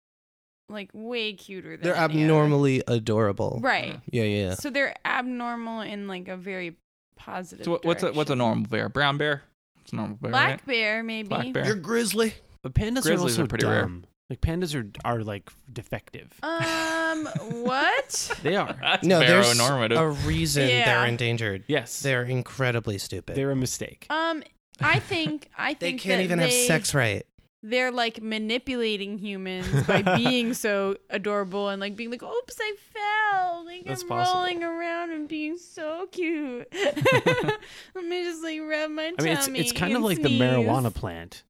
B: Like way cuter than
A: They're
B: an animal.
A: abnormally adorable.
B: Right.
A: Yeah, yeah. yeah.
B: So they're abnormal in like a very positive.
C: So what, what's a, what's a
B: direction.
C: normal bear? Brown bear? It's a normal bear.
B: black
C: right?
B: bear? Maybe
C: Black bear.
A: grizzly.
D: But pandas
C: Grizzlies
D: are also
C: are pretty rare.
D: dumb. Like pandas are are like defective.
B: Um, what?
D: <laughs>
B: <laughs>
D: They are.
C: That's
A: no, there's <laughs>
C: baronormative.
A: a reason
B: Yeah.
A: they're endangered.
D: Yes.
A: They're incredibly stupid.
D: They're a mistake.
B: Um, I
D: <laughs>
B: think I
A: they
B: think
A: can't
B: that
A: even have
B: they-
A: sex right.
B: They're like manipulating
D: <laughs>
B: humans by being so adorable and like being like, "Oops, I fell!" Like
D: That's
B: I'm
D: possible.
B: rolling around and being so
D: <laughs>
B: cute. Let me just like rub my
D: I mean, it's
B: tummy.
D: it's kind of
B: and
D: like the
B: sneeze.
D: marijuana plant.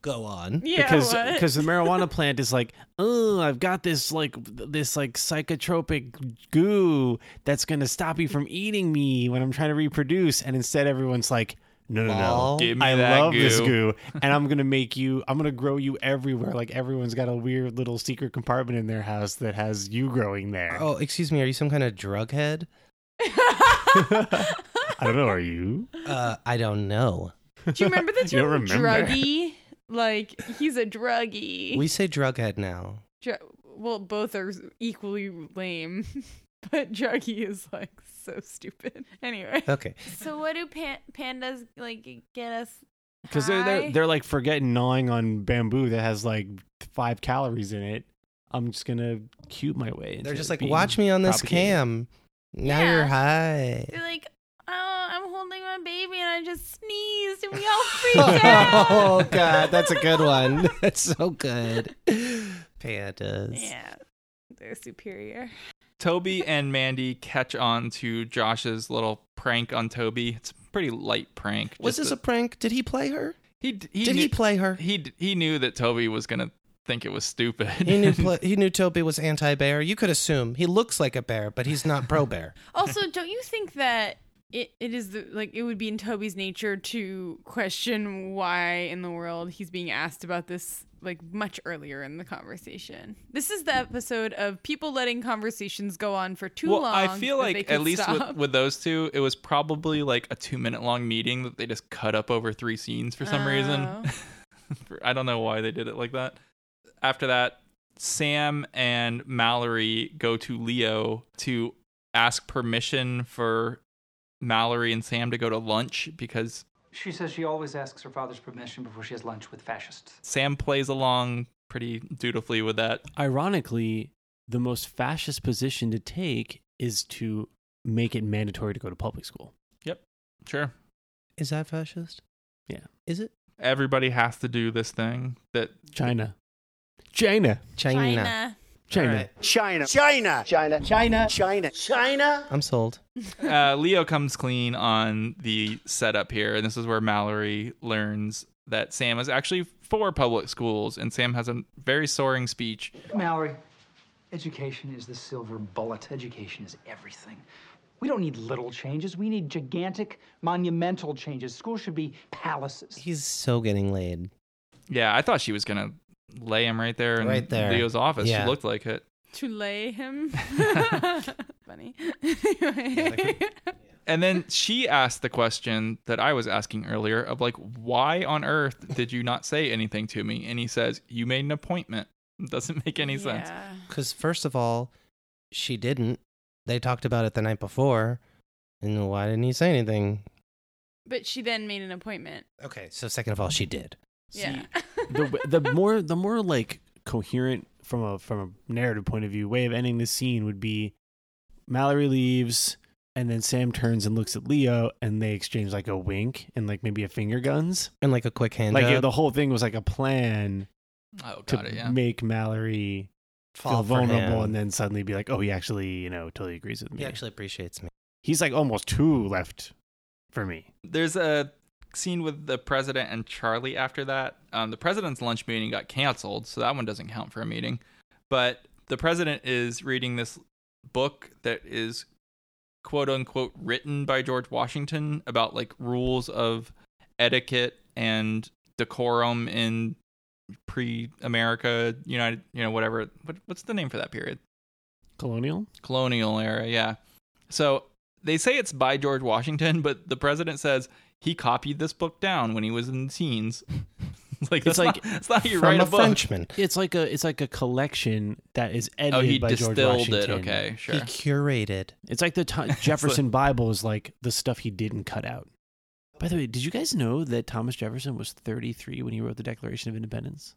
A: Go on.
B: Yeah,
D: because
B: what? <laughs>
D: because <laughs> the marijuana plant is like, oh, I've got this like this like psychotropic goo that's gonna stop you from eating me when I'm trying to reproduce, and instead everyone's like. No, no, no!
A: Lol. Give
C: me
D: I
C: that
D: love this
C: goo."
D: <laughs> goo, and I'm gonna make you. I'm gonna grow you everywhere. Like everyone's got a weird little secret compartment in their house that has you growing there.
A: Oh, excuse me. Are you some kind of drug head?
D: I don't know. Are <laughs> you?
A: Uh, I don't
B: <laughs>
A: know.
B: Do you remember the
D: You don't
B: term
D: remember.
B: druggie? Like he's a druggie.
A: We say drug head now.
B: Dr- well, both are equally lame, <laughs> but druggie is like so stupid. <laughs> Anyway.
A: Okay.
B: So what do pan- pandas like get us?
D: Because they're,
B: high?
D: they're they're like forgetting gnawing on bamboo that has like five calories in it. I'm just gonna cute my way. into
A: They're just like,
D: being
A: watch me on this
D: propagated."
A: cam. Now
B: Yeah.
A: you're high.
B: They're like, oh, I'm holding my baby and I just sneezed and <laughs>
A: <laughs>
B: we all freaked out.
A: oh god, that's a good one. <laughs> That's so good. Pandas.
B: <laughs> yeah, they're superior.
C: Toby and Mandy catch on to Josh's little prank on Toby. It's a pretty light prank.
A: Was
C: just
A: this a
C: that-
A: prank? Did he play
D: <laughs>
A: her?
C: he, d- he
A: Did he
C: knew-
A: play her?
C: He d- he knew that Toby was gonna think it was stupid.
A: He knew
C: <laughs>
A: pla he knew Toby was anti-bear. You could assume he looks like a bear, but he's not
D: <laughs>
A: pro-bear.
B: Also, don't you think that? It, it is the, like it would be in Toby's nature to question why in the world he's being asked about this like much earlier in the conversation. This is the episode of people letting conversations go on for too
C: well,
B: long.
C: I feel
B: that they
C: like
B: could
C: at least
B: stop.
C: with, with those two, it was probably like a two minute long meeting that they just cut up over three scenes for some reason.
B: Oh.
C: For- <laughs> I don't know why they did it like that. After that, Sam and Mallory go to Leo to ask permission for Mallory and Sam to go to lunch because
Q: She says she always asks her father's permission before she has lunch with fascists.
C: Sam plays along pretty dutifully with that.
D: Ironically, the most fascist position to take is to make it mandatory to go to public school.
C: Sure.
A: Is that fascist?
D: Yeah.
A: Is it
C: Everybody has to do this thing that
D: China, China.
A: China?
B: China.
A: China. right.
R: China. China. China. China. China. China.
A: I'm sold.
C: uh, Leo comes clean on the setup here, and this is where Mallory learns that Sam is actually for public schools, and Sam has a very soaring speech.
Q: Mallory, education is the silver bullet. Education is everything. We don't need little changes. We need gigantic, monumental changes. Schools should be palaces.
A: He's so getting laid.
C: Yeah, I thought she was gonna lay him right there in
A: Right there.
C: Leo's office.
A: Yeah.
C: She looked like it.
B: to lay
C: <laughs>
B: him. <laughs> Funny. Anyway.
C: And then <laughs> she asked the question that I was asking earlier of like, why on earth did you not say anything to me? And he says, You made an appointment. <laughs> Doesn't make any sense.
B: Yeah.
A: Because first of all, she didn't. They talked about it the night before, and why didn't he say anything?
B: But she then made an appointment.
A: Okay, so second of all, she did.
B: Yeah.
D: the the more the more like coherent from a from a narrative point of view way of ending this scene would be Mallory leaves and then Sam turns and looks at Leo and they exchange like a wink and like maybe a finger guns
A: and like a quick hand
D: like
A: job.
D: yeah, the whole thing was like a plan
C: Oh, got
D: to
C: it. Yeah.
D: make Mallory
A: Fall
D: feel
A: for
D: vulnerable
A: him.
D: and then suddenly be like oh he actually you know totally agrees with me
A: he actually appreciates me.
D: he's like almost two left for me
C: There's a scene with the president and Charlie after that. Um, the president's lunch meeting got canceled, so that one doesn't count for a meeting. But the president is reading this book that is quote unquote written by George Washington about like rules of etiquette and decorum in pre-America United, you know, whatever. What, what's the name for that period?
D: colonial
C: colonial era yeah so they say it's by george washington <laughs> but the president says he copied this book down when he was in the teens <laughs> it's like that's
D: It's like
C: like not, that's not how you
A: from
C: write
A: a
C: a, book
A: Frenchman.
D: it's like a it's like a collection that is edited
C: oh he
D: by George
C: distilled it
D: Washington.
C: okay sure
A: He curated.
D: <laughs> It's like the Tho- Jefferson Bible is like the stuff he didn't cut out. By the way, did you guys know that Thomas Jefferson was 33 when he wrote the Declaration of Independence?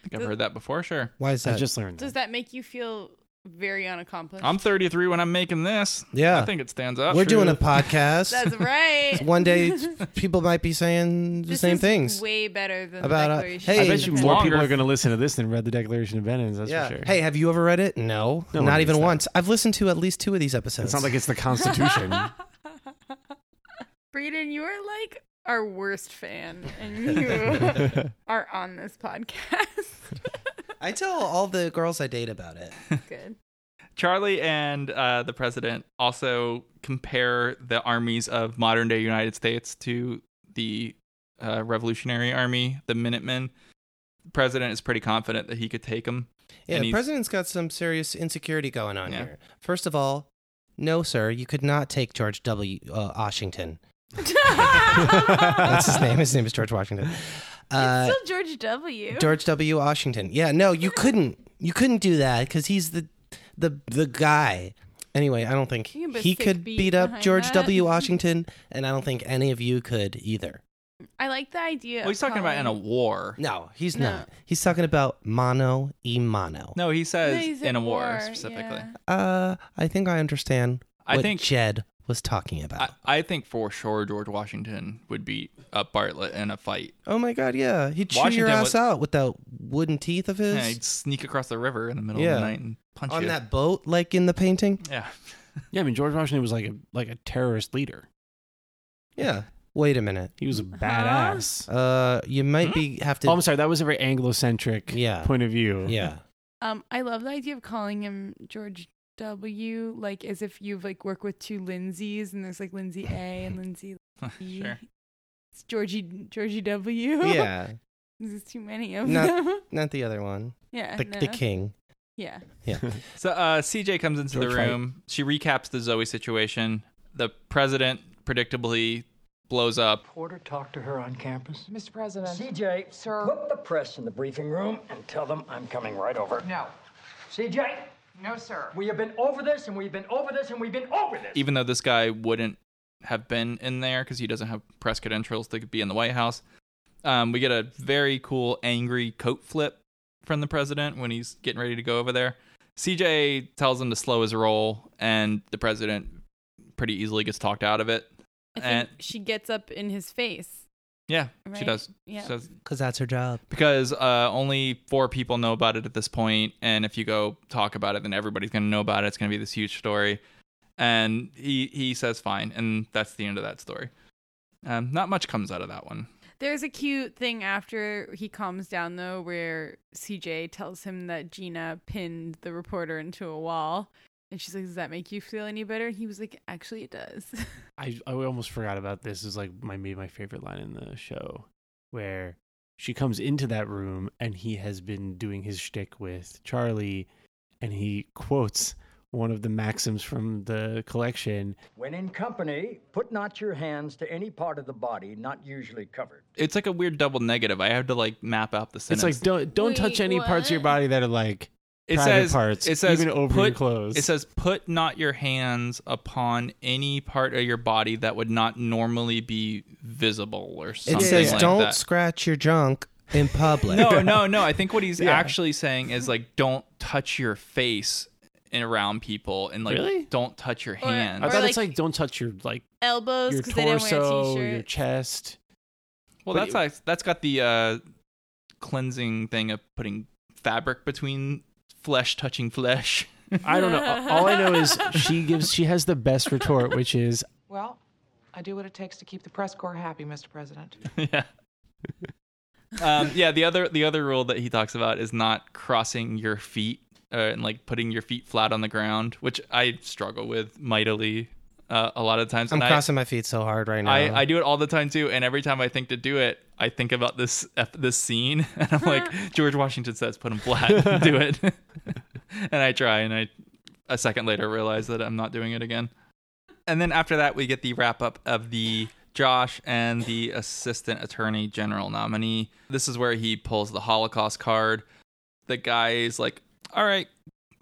C: i think i've heard that before sure
A: Why is
D: I
A: that?
D: just
B: <laughs>
D: learned
B: Does
D: that.
B: that make you feel very unaccomplished?
C: i'm 33 when i'm making this
A: Yeah.
C: i think it stands up
A: We're doing a
C: True.
A: podcast. <laughs>
B: That's right.
A: One day,
B: <laughs>
A: people might be saying the
B: This
A: same
B: is
A: things.
B: Way better than
A: About,
B: the
A: uh,
B: Declaration.
A: hey,
D: I bet you more
C: Longer.
D: people are going to listen to this than read the Declaration of Independence. That's
A: yeah.
D: for sure.
A: Hey, have you ever read it? No,
D: No one
A: not
D: reads
A: even
D: that.
A: once. I've listened to at least two of these episodes.
D: it's not
B: <laughs>
D: like it's the Constitution.
B: Breeden, you are like our worst fan, and you are on this podcast.
A: I
B: <laughs>
A: tell all the girls I date about it.
B: Good.
C: Charlie and uh, the president also compare the armies of modern day United States to the uh, Revolutionary Army, the Minutemen. The president is pretty confident that he could take them.
A: Yeah,
C: And
A: the
C: he's-
A: president's got some serious insecurity going on
C: Yeah.
A: here. First of all, no, sir, you could not take George W. Uh, Washington. That's
B: <laughs>
A: his name. His name is George Washington. Uh,
B: Still George W.
A: George W. Washington. Yeah, no, you couldn't. You couldn't do that because he's the the the guy. Anyway, I don't think
B: You can put
A: he
B: sick
A: could
B: beat
A: beat up
B: behind
A: George
B: that.
A: W. Washington, and I don't think any of you could either.
B: I like the idea.
C: Well, he's talking about in a war.
A: No, he's
B: No.
A: not. He's talking about mono e mono.
C: No, he says
B: he's
C: in
B: at
C: a war,
B: war,
C: specifically.
B: yeah.
A: Uh, I think I understand
C: I
A: what
C: think-
A: Jed was talking about.
C: I, I think for sure George Washington would beat up Bartlett in a fight.
A: oh my god, yeah, he'd chew your
C: Washington
A: ass
C: was-
A: out with that wooden teeth of his
C: Yeah, he'd sneak across the river in the middle
A: Yeah.
C: of the night and punch
A: on
C: you.
A: that boat, like in the painting.
C: <laughs> yeah.
D: <laughs>
C: <laughs>
D: yeah, I mean George Washington was like a like a terrorist leader.
A: Yeah. Wait a minute.
D: He was a badass.
A: Uh, you might be have to.
D: Oh, I'm sorry. That was a very Anglo-centric
A: Yeah.
D: point of view.
A: yeah.
B: Um, I love the idea of calling him George W. Like as if you've like worked with two Lindsays, and there's like Lindsay A. and Lindsay E.
C: sure.
B: It's Georgie Georgie W.
A: Yeah.
B: <laughs> there's too many of
A: No.
B: them. <laughs>
A: Not the other one.
B: yeah,
A: The, the
B: no.
A: king.
B: Yeah,
A: Yeah.
D: <laughs>
C: So uh, CJ comes into
D: George
C: the room. She recaps the Zoe situation. The president predictably blows up.
S: Porter talk to her on campus?
K: Mr. President.
S: CJ,
K: Sir.
S: put the press in the briefing room and tell them I'm coming right over.
K: No.
S: CJ,
K: No, sir.
S: we have been over this and we've been over this and we've been over this.
C: Even though this guy wouldn't have been in there because he doesn't have press credentials to be in the White House, um, we get a very cool angry coat flip from the president when he's getting ready to go over there. CJ tells him to slow his roll, and the president pretty easily gets talked out of it.
B: I think
C: and
B: she gets up in his face.
C: Yeah, she
B: Right?
C: does.
B: Yeah.
C: She does.
A: Because that's her job.
C: Because uh, only four people know about it at this point, and if you go talk about it, then everybody's going to know about it. It's going to be this huge story. And he he says fine, and that's the end of that story. Um, not much comes out of that one.
B: There's a cute thing after he calms down though, where CJ tells him that Gina pinned the reporter into a wall, and she's like, "Does that make you feel any better?" And he was like, "Actually, it does." <laughs>
D: I, I almost forgot about this. Is like my maybe my favorite line in the show, where she comes into that room and he has been doing his shtick with Charlie, and he quotes one of the maxims from the collection.
S: When in company, put not your hands to any part of the body not usually covered.
C: It's like a weird double negative. I had to like map out the
D: It's
C: sentence.
D: like don't don't touch
S: Wait,
D: any parts of your body that are like
C: it
D: private
C: says
D: parts.
C: It says
D: even over
C: put,
D: your clothes.
C: It says put not your hands upon any part of your body that would not normally be visible or
A: It
C: something.
A: says
C: like
A: don't
C: that.
A: scratch your junk in public. <laughs>
C: <laughs> no, no, no. I think what he's
A: Yeah.
C: actually saying is like, don't touch your face and around people, and like,
D: Really?
C: don't touch your hands.
D: I thought it's like don't touch your like
B: Elbows
D: your
B: because they didn't wear a
D: torso,
B: t-shirt.
D: your chest.
C: well,
D: but
C: that's
D: it-
C: like, that's got the uh, cleansing thing of putting fabric between flesh touching flesh. <laughs>
D: I don't know. All I know is she gives she has the best retort, which is
K: Well, I do what it takes to keep the press corps happy, Mr. President.
C: yeah. um, yeah. The other the other rule that he talks about is not crossing your feet uh, and like putting your feet flat on the ground, which I struggle with mightily uh, a lot of times.
A: I'm
C: and I-
A: crossing my feet so hard right now.
C: I, I do it all the time too, and every time I think to do it, I think about this ep- this scene, <laughs> and I'm like, George Washington says, "Put him flat, <laughs> do it," and I try, and I a second later realize that I'm not doing it again. And then after that, we get the wrap up of the Josh and the Assistant Attorney General nominee. This is where he pulls the Holocaust card. The guy's like, "All right."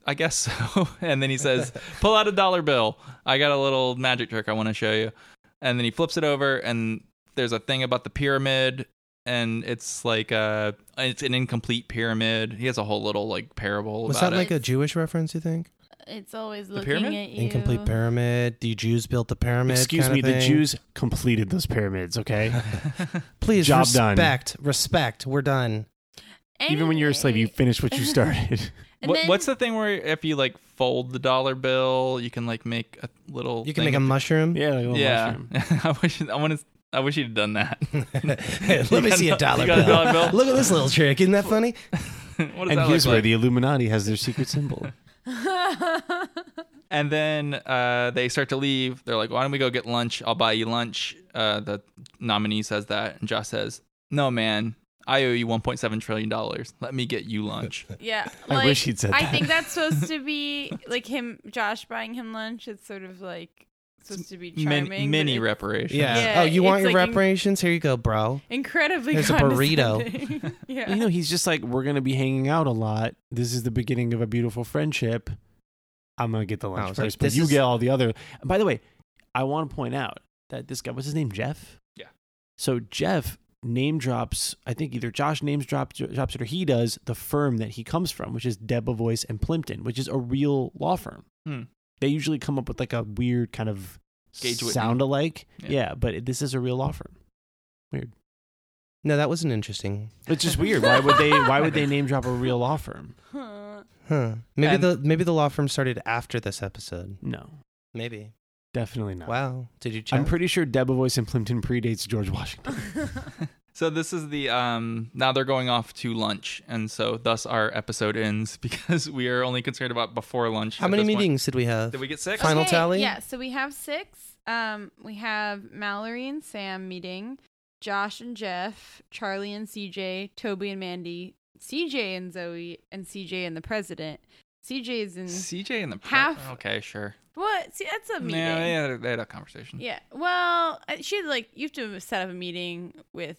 C: I guess so. <laughs> And then
A: <laughs>
C: he says, "Pull out a dollar bill. I got a little magic trick I want to show you." and then he flips it over and there's a thing about the pyramid and it's like uh it's an incomplete pyramid he has a whole little like parable
A: Was
C: about
A: that
C: it
A: like a Jewish reference, you think?
B: It's always looking
C: pyramid?
B: at you.
A: Incomplete pyramid. The Jews built the pyramid.
D: Excuse
A: kinda
D: me, the
A: thing?
D: Jews completed those pyramids, okay?
C: <laughs>
A: Please
D: Job done.
A: respect. Respect. We're done.
D: Even when you're a slave, you finish what you started.
B: And
C: what,
B: then-
C: what's the thing where if you like fold the dollar bill you can like make a little
A: You can
C: thing
A: make a
C: of-
A: mushroom.
D: <laughs> yeah, like a little
C: yeah <laughs>
D: mushroom.
C: i wish i want to I wish you'd have done that.
A: <laughs>
C: <laughs>
A: Let me
C: got
A: see
C: a-
A: a dollar,
C: you got a dollar bill?
A: Look at this little trick. Isn't that funny?
C: <laughs> what does
D: And
C: that
D: here's
C: look
D: where
C: like?
D: the Illuminati has their
C: <laughs>
D: secret symbol.
C: and then uh, they start to leave. They're like, "Why don't we go get lunch? I'll buy you lunch." Uh, the nominee says that, and Josh says, "No, man, I owe you 1.7 trillion dollars. Let me get you
A: <laughs>
C: lunch."
B: <laughs> Yeah,
D: I
B: like,
D: wish he'd said
B: I
D: that.
B: think that's supposed to be like him, Josh buying him lunch. It's sort of like supposed to be charming.
C: Mini,
B: but
C: mini
B: it-
C: reparations.
A: Yeah.
B: Yeah,
A: oh, you want
B: it's
A: your
B: like in-
A: reparations? Here you go, bro.
B: Incredibly
A: There's a burrito. <laughs>
B: condescending. <laughs> yeah.
D: You know, he's just like, we're going to be hanging out a lot. This is the beginning of a beautiful friendship. I'm going to get the lunch
A: Oh, so
D: first, but
A: this
D: you
A: is-
D: get all the other. And by the way, I want to point out that this guy, what's his name, Jeff?
C: Yeah.
D: So Jeff name drops, I think either Josh names drop, drops it or he does, the firm that he comes from, which is Debevoise and Plimpton, which is a real law firm.
C: Hmm.
D: They usually come up with like a weird kind of
C: Gage Whitney.
D: sound alike.
C: Yeah.
D: Yeah. but it- this is a real law firm. Weird.
A: No, that was an interesting.
D: It's just weird. Why would they? Why would <laughs> they name drop a real law firm?
B: <laughs> Huh.
A: Huh. Maybe
C: And-
A: the maybe the law firm started after this episode.
D: No,
A: Maybe.
D: definitely not.
A: Wow. Did you check?
D: I'm pretty sure Debevoise and Plimpton predates George <laughs> Washington.
C: So this is the um. Now they're going off to lunch, and so thus our episode ends <laughs> because we are only concerned about before lunch.
A: How
C: at
A: many
C: this point.
A: meetings did we have?
C: Did we get six?
A: Final
B: Okay,
A: tally?
B: Yeah, so we have six. Um, we have Mallory and Sam meeting, Josh and Jeff, Charlie and CJ, Toby and Mandy, CJ and Zoe, and CJ and the president. CJ is in
C: CJ and the pre-
B: Half-
C: Okay, sure.
B: what? See, that's a
C: No,
B: meeting.
C: they had, they had a conversation.
B: Yeah. Well, I- she like you have to set up a meeting with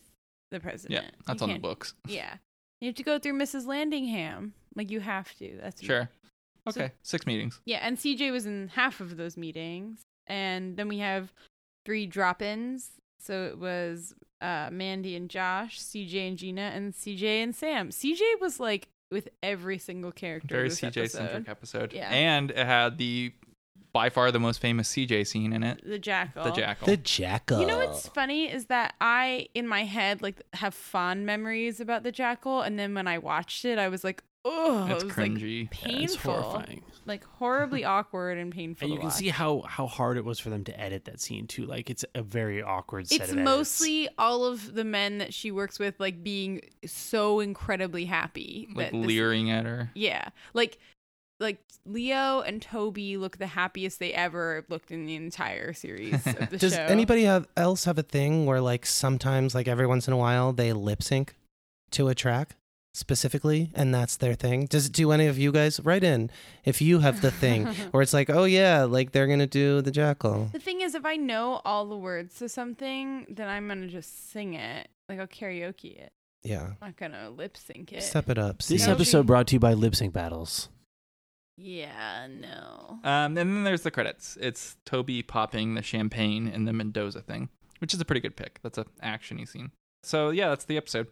B: the president.
C: Yeah, that's
B: You
C: on the
B: can't-
C: books.
B: Yeah, you have to go through Mrs. Landingham. Like you have to. That's
C: Sure.
B: So-
C: Okay, six meetings.
B: Yeah, and CJ was in half of those meetings, and then we have three drop-ins. So it was uh, Mandy and Josh, CJ and Gina, and CJ and Sam. CJ was like with every single character.
C: Very
B: this
C: CJ centric
B: episode.
C: episode.
B: Yeah.
C: And it had the by far the most famous CJ scene in it.
B: The jackal.
C: The jackal.
A: The jackal.
B: You know what's funny is that I, in my head, like have fond memories about the jackal, and then when I watched it, I was like, oh,
C: That's
B: it was
C: cringy.
B: like
C: Yeah,
B: painful,
D: it's horrifying.
B: like horribly awkward and painful.
D: And
B: to
D: you can
B: watch.
D: see how how hard it was for them to edit that scene too. Like it's a very awkward set
B: it's
D: of edits.
B: mostly all of the men that she works with, like being so incredibly happy,
C: Like
B: that this-
C: leering at her.
B: Yeah, like like Leo and Toby look the happiest they ever looked in the entire series
D: <laughs>
B: of the
A: Does
B: show.
A: anybody have, else have a thing where, like, sometimes, like, every once in a while, they lip sync to a track specifically, and that's their thing? Does do any of you guys write in if you have the
B: <laughs>
A: thing where it's like, oh yeah, like they're gonna do the jackal?
B: The thing is, if I know all the words to something, then I'm gonna just sing it. Like I'll karaoke it.
A: Yeah.
B: I'm not gonna lip sync it.
A: Step it up.
D: This
B: Don't
D: episode
B: you-
D: brought to you by Lip Sync Battles.
B: Yeah, no.
C: Um, and then there's the credits. It's Toby popping the champagne in the Mendoza thing, which is a pretty good pick. That's a actiony scene. So yeah, that's the episode.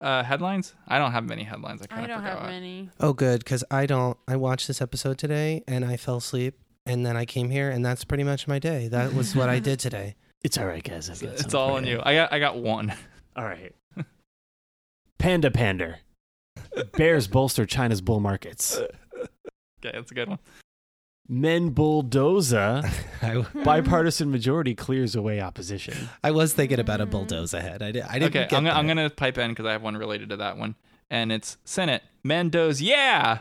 C: Uh, headlines? I don't have many headlines. I kind
B: I
C: of
B: don't
C: forgot.
B: have many.
A: Oh, good, because I don't. I watched this episode today, and I fell asleep, and then I came here, and that's pretty much my day. That was what I did <laughs> today.
D: It's all right, guys. I've got
C: It's
D: some
C: all
D: for
C: on you. I got I got one. <laughs>
D: All right. <laughs> Panda Pander. Bears bolster China's bull markets.
C: Okay, that's a good one.
D: Men bulldozer.
A: <laughs> I,
D: <laughs> Bipartisan majority clears away opposition.
A: I was thinking about a bulldoze ahead. I, did, I didn't.
C: Okay,
A: get
C: I'm, gonna- I'm
A: there.
C: gonna pipe in because I have one related to that one, and it's Senate Mendoza.
B: <laughs>
C: Yeah,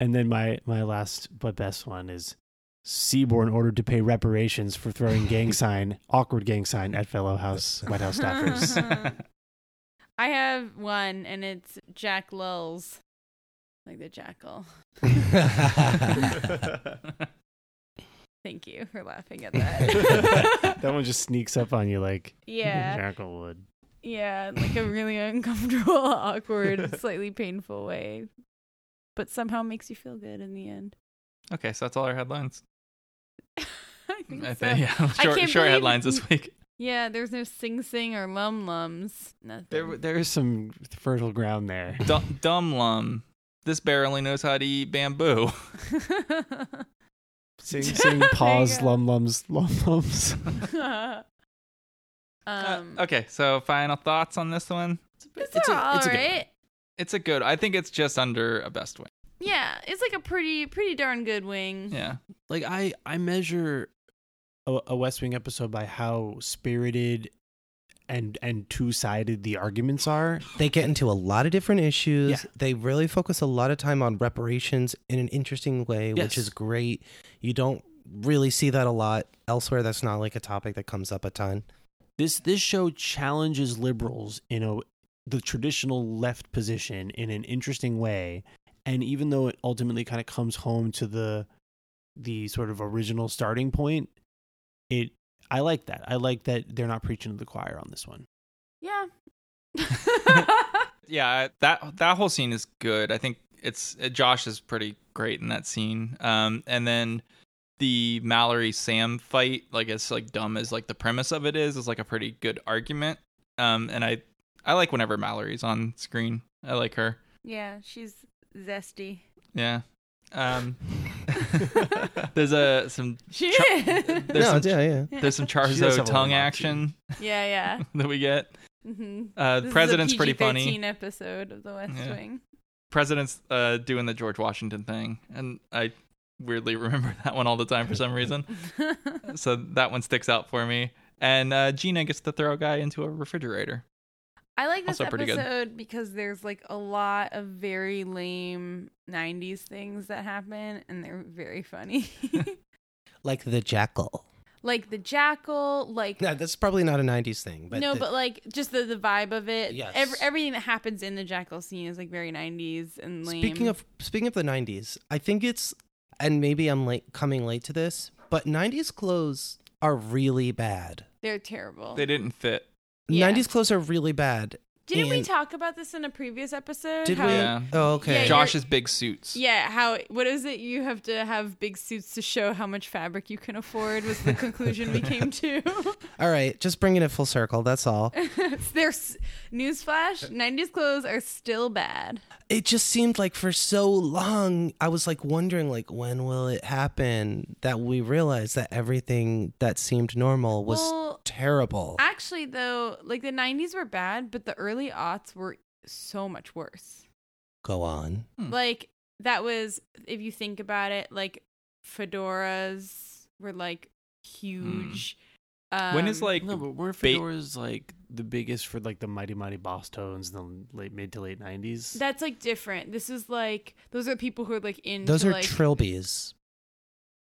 D: And then my, my last but best one is Seaborn ordered to pay reparations for throwing <laughs> gang sign, awkward gang sign at fellow House White House
B: <laughs>
C: <laughs>
D: staffers.
B: <laughs> I have one, and it's Jack Lulls, like the jackal. Thank you for laughing at that.
D: <laughs> that one just sneaks up on you like
B: <laughs> Yeah.
D: Jackal would.
B: yeah, like a really uncomfortable, <laughs> awkward, slightly painful way, but somehow makes you feel good in the end. <laughs>
C: Okay, so that's all our headlines.
B: I think
C: I
B: so.
C: think yeah,
B: I
C: short,
B: can't
C: short
B: believe- <laughs>
C: headlines this week.
B: Yeah, there's no sing sing or lum lums. Nothing.
D: There, there is some fertile ground there.
C: Dum- Dumb lum. This bear only knows how to eat bamboo.
D: Sing, sing, pause, lum lums, lum lums.
B: <laughs> um,
C: Uh, <laughs> Okay, so final thoughts on this one.
B: it's,
C: it's a-
B: all
C: it's a good one.
B: right.
C: It's a good. I think it's just under a best win.
B: Yeah, it's like a pretty, pretty darn good wing.
C: Yeah.
D: Like I, I measure a, a West Wing episode by how spirited and and two sided the arguments are.
A: They get into a lot of different issues. They really focus a lot of time on reparations in an interesting way,
D: Yes.
A: which is great. You don't really see that a lot elsewhere. That's not like a topic that comes up a ton.
D: This this show challenges liberals in a the traditional left position in an interesting way, and even though it ultimately kind of comes home to the the sort of original starting point, it I like that. I like that they're not preaching to the choir on this one.
B: Yeah.
C: <laughs> Yeah, that that whole scene is good. I think it's uh, Josh is pretty great in that scene. Um, and then the Mallory Sam fight, like as like dumb as like the premise of it is, is like a pretty good argument. Um, and I I like whenever Mallory's on screen. I like her.
B: Yeah, she's zesty.
C: Yeah. Um, <laughs> there's a some
B: She <laughs> is.
C: there's
A: No,
C: some,
A: yeah, yeah.
C: There's some
D: <laughs> She does have
C: Charzo
D: a
C: tongue
D: lot,
C: action <laughs>
B: Yeah, yeah.
C: that we get.
B: Mm-hmm.
C: Uh, president's pretty funny.
B: episode of The West
C: Yeah.
B: Wing.
C: president's uh, doing the George Washington thing, and I weirdly <laughs> remember that one all the time for some reason.
B: <laughs>
C: so that one sticks out for me. And uh, Gina gets to throw a guy into a refrigerator.
B: I like this
C: Also pretty good.
B: episode because there's like a lot of very lame 90s things that happen and they're
A: <laughs>
B: very funny. <laughs>
A: Like the jackal.
B: like the jackal, like
A: No, that's probably not a 90s thing, but
B: no,
A: the-
B: but like just the, the vibe of it.
A: Yes.
B: Ev- everything that happens in the jackal scene is like very 90s and lame.
A: Speaking of speaking of the '90s, I think it's, and maybe I'm late coming late to this, but '90s clothes are really bad.
B: they're terrible.
C: They didn't fit.
B: Yeah.
A: '90s clothes are really bad,
B: Didn't we
A: And-
B: talk about this in a previous episode?
A: Did
B: how,
A: we? Yeah. Oh, okay.
B: you're-
C: Josh's big suits.
B: Yeah, how what is it? You have to have big suits to show how much fabric you can afford was
A: <laughs>
B: the conclusion we came to.
A: All right, just bringing it full circle. That's
B: <laughs>
A: all.
B: There's newsflash: '90s clothes are still bad.
A: it just seemed like for so long i was like wondering like when will it happen that we realized that everything that seemed normal was
B: Well,
A: terrible
B: Actually, though, like the '90s were bad, but the early aughts were so much worse.
A: go on
B: Like that was, if you think about it, like fedoras were like huge. Um,
D: When is, like, No, but weren't
B: ba-
D: fedoras like the biggest for like the mighty mighty boss tones in the late mid to late nineties?
B: That's like different. This is like those are people who are like in.
A: those are
B: like,
A: trilbies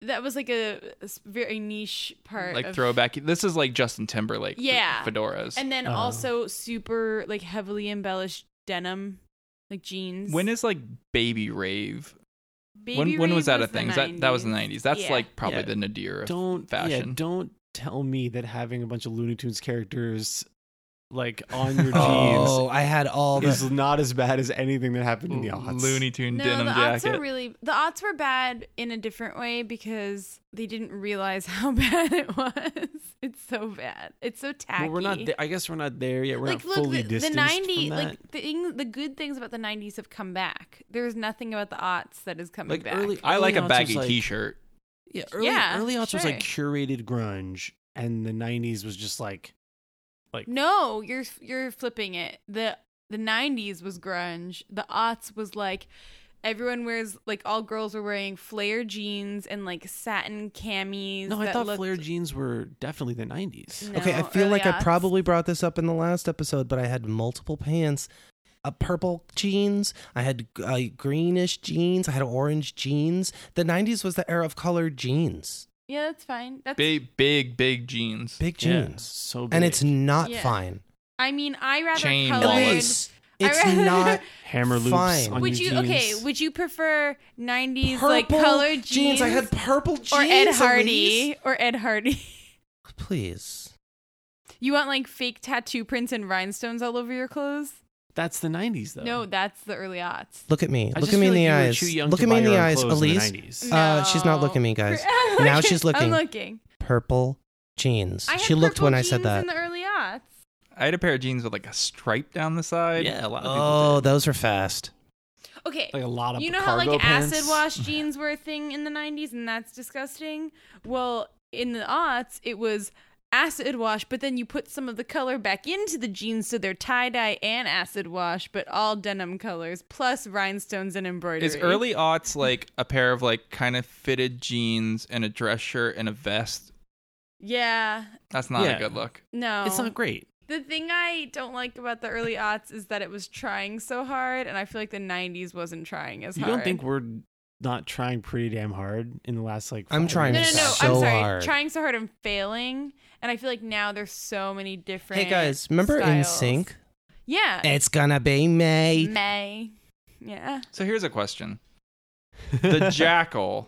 B: That was like a, a s- very niche part,
C: Like
B: of,
C: throwback. This is like Justin Timberlake.
B: yeah,
C: Fedoras.
B: and then also super like heavily embellished denim, like jeans.
C: When is like baby rave?
B: Baby
C: when when
B: rave
C: was that a
B: the
C: thing? Is That that was the
B: 90s.
C: nineties. That's
B: Yeah.
C: like probably
D: Yeah.
C: the nadir of
D: don't
C: fashion.
D: Yeah, don't tell me that having a bunch of Looney Tunes characters like on <laughs> your jeans.
A: <laughs> Oh, I had all the-
D: is not as bad as anything that happened in the aughts.
C: Looney Tune
B: no,
C: denim
B: the
C: jacket.
B: aughts were really the aughts were bad in a different way because they didn't realize <laughs> how bad it was. It's so bad. It's so tacky.
D: Well, we're not. Th- I guess we're not there yet. We're
B: like
D: not
B: look,
D: fully
B: the, the
D: distanced
B: '90s,
D: from that.
B: like the thing, the good things about the '90s have come back. There's nothing about the aughts that is coming
D: Like,
B: back.
D: early-
C: I like a
D: aughts was,
C: baggy
D: like-
C: t-shirt.
D: Yeah, early,
B: Yeah,
D: early aughts was like
B: sure.
D: curated grunge, and the '90s was just like, like
B: no, you're you're flipping it. the The '90s was grunge. The aughts was like everyone wears like all girls were wearing flare jeans and like satin camis.
D: no. I
B: that
D: thought
B: looked-
D: flare jeans were definitely the '90s.
A: okay i
B: No, uh,
A: feel
B: early
A: like i
B: aughts.
A: probably brought this up in the last episode but i had multiple pants a purple jeans i had uh, greenish jeans i had orange jeans the 90s was the era of colored jeans
B: Yeah, that's fine. That's
C: Big big big jeans.
A: big
C: Yeah,
A: jeans
D: so
A: and it's not
B: Yeah.
A: fine
B: I mean, I rather
C: Chain
B: colored.
A: wallets.
B: I
A: it's
B: rather- <laughs>
A: not
D: Hammer loops
A: fine.
D: on
B: Would
D: your
B: you
D: jeans.
B: okay? Would you prefer '90s like
A: Purple
B: colored jeans?
A: jeans. I had purple
B: or Ed
A: jeans,
B: Hardy or Ed Hardy. <laughs>
A: please
B: You want like fake tattoo prints and rhinestones all over your clothes?
D: That's the '90s though.
B: No, that's the early aughts.
A: Look at me.
D: I
A: Look
D: just
A: at me in
D: feel
A: the
D: like you were
A: eyes.
D: too young
A: Look
D: to
A: at me
D: buy
A: in
D: your
A: the
D: own
A: eyes,
D: clothes in the
A: Elise.
B: Mm.
D: 90s.
A: Uh, she's not looking at me, guys. now she's looking.
B: <laughs> I'm looking.
A: Purple jeans.
B: I had
A: She looked
B: purple
A: when I
B: jeans
A: said that.
B: in the early aughts.
C: I had a pair of jeans with like a stripe down the side. Yeah, a lot
A: Oh, those are fast.
B: Okay.
D: Like a lot of
B: You know how like
D: cargo
B: acid
D: <laughs> pants.
B: wash jeans were a thing in the 90s and that's disgusting? Well, in the aughts, it was acid wash, but then you put some of the color back into the jeans so they're tie dye and acid wash, but all denim colors plus rhinestones and embroidery.
C: Is early aughts like a pair of like kind of fitted jeans and a dress shirt and a vest?
B: Yeah.
C: That's not
D: Yeah.
C: a good look.
B: No.
D: It's not great.
B: The thing I don't like about the early aughts is that it was trying so hard, and I feel like the 90s wasn't trying as
D: You
B: hard.
D: don't think we're not trying pretty damn hard in the last like?
A: I'm
D: five
A: trying
B: no,
D: years?
B: no, no.
A: so
B: I'm sorry.
A: hard.
B: Trying so hard and failing, and I feel like now there's so many different.
A: Hey guys, remember In
B: styles.
A: Sync?
B: Yeah.
A: It's gonna be me.
B: May. Yeah.
C: So here's a question.
D: <laughs>
C: The Jackal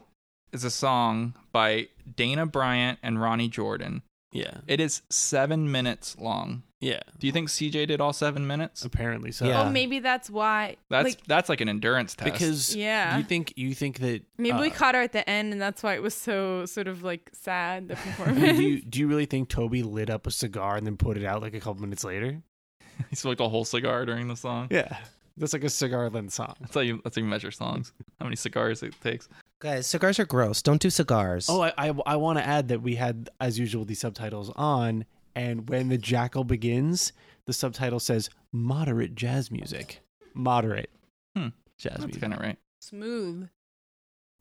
C: is a song by Dana Bryant and Ronnie Jordan.
D: Yeah.
C: It is seven minutes long.
D: Yeah.
C: Do you think CJ did all seven minutes?
D: Apparently so.
B: Oh, maybe that's why.
C: That's
B: like,
C: that's like an endurance test.
D: because
B: Yeah.
D: you think you think that
B: maybe
D: uh,
B: we caught her at the end, and that's why it was so sort of like sad the
D: <laughs>
B: performance.
D: do you, do you really think Toby lit up a cigar and then put it out like a couple minutes later?
C: <laughs> he smoked a whole cigar during the song.
D: Yeah, that's like a cigar length song.
C: That's how you that's how you measure songs. How many cigars it takes.
A: Guys, cigars are gross. Don't do cigars.
D: Oh, I I, I want to add that we had as usual the subtitles on, and when the jackal begins, the subtitle says moderate jazz music. Moderate
C: Hmm.
D: jazz
C: That's
D: music.
C: kind of right.
B: <laughs> Smooth.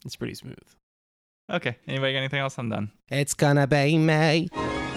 D: It's pretty smooth.
C: Okay. Anybody got anything else? I'm done.
A: It's gonna be me.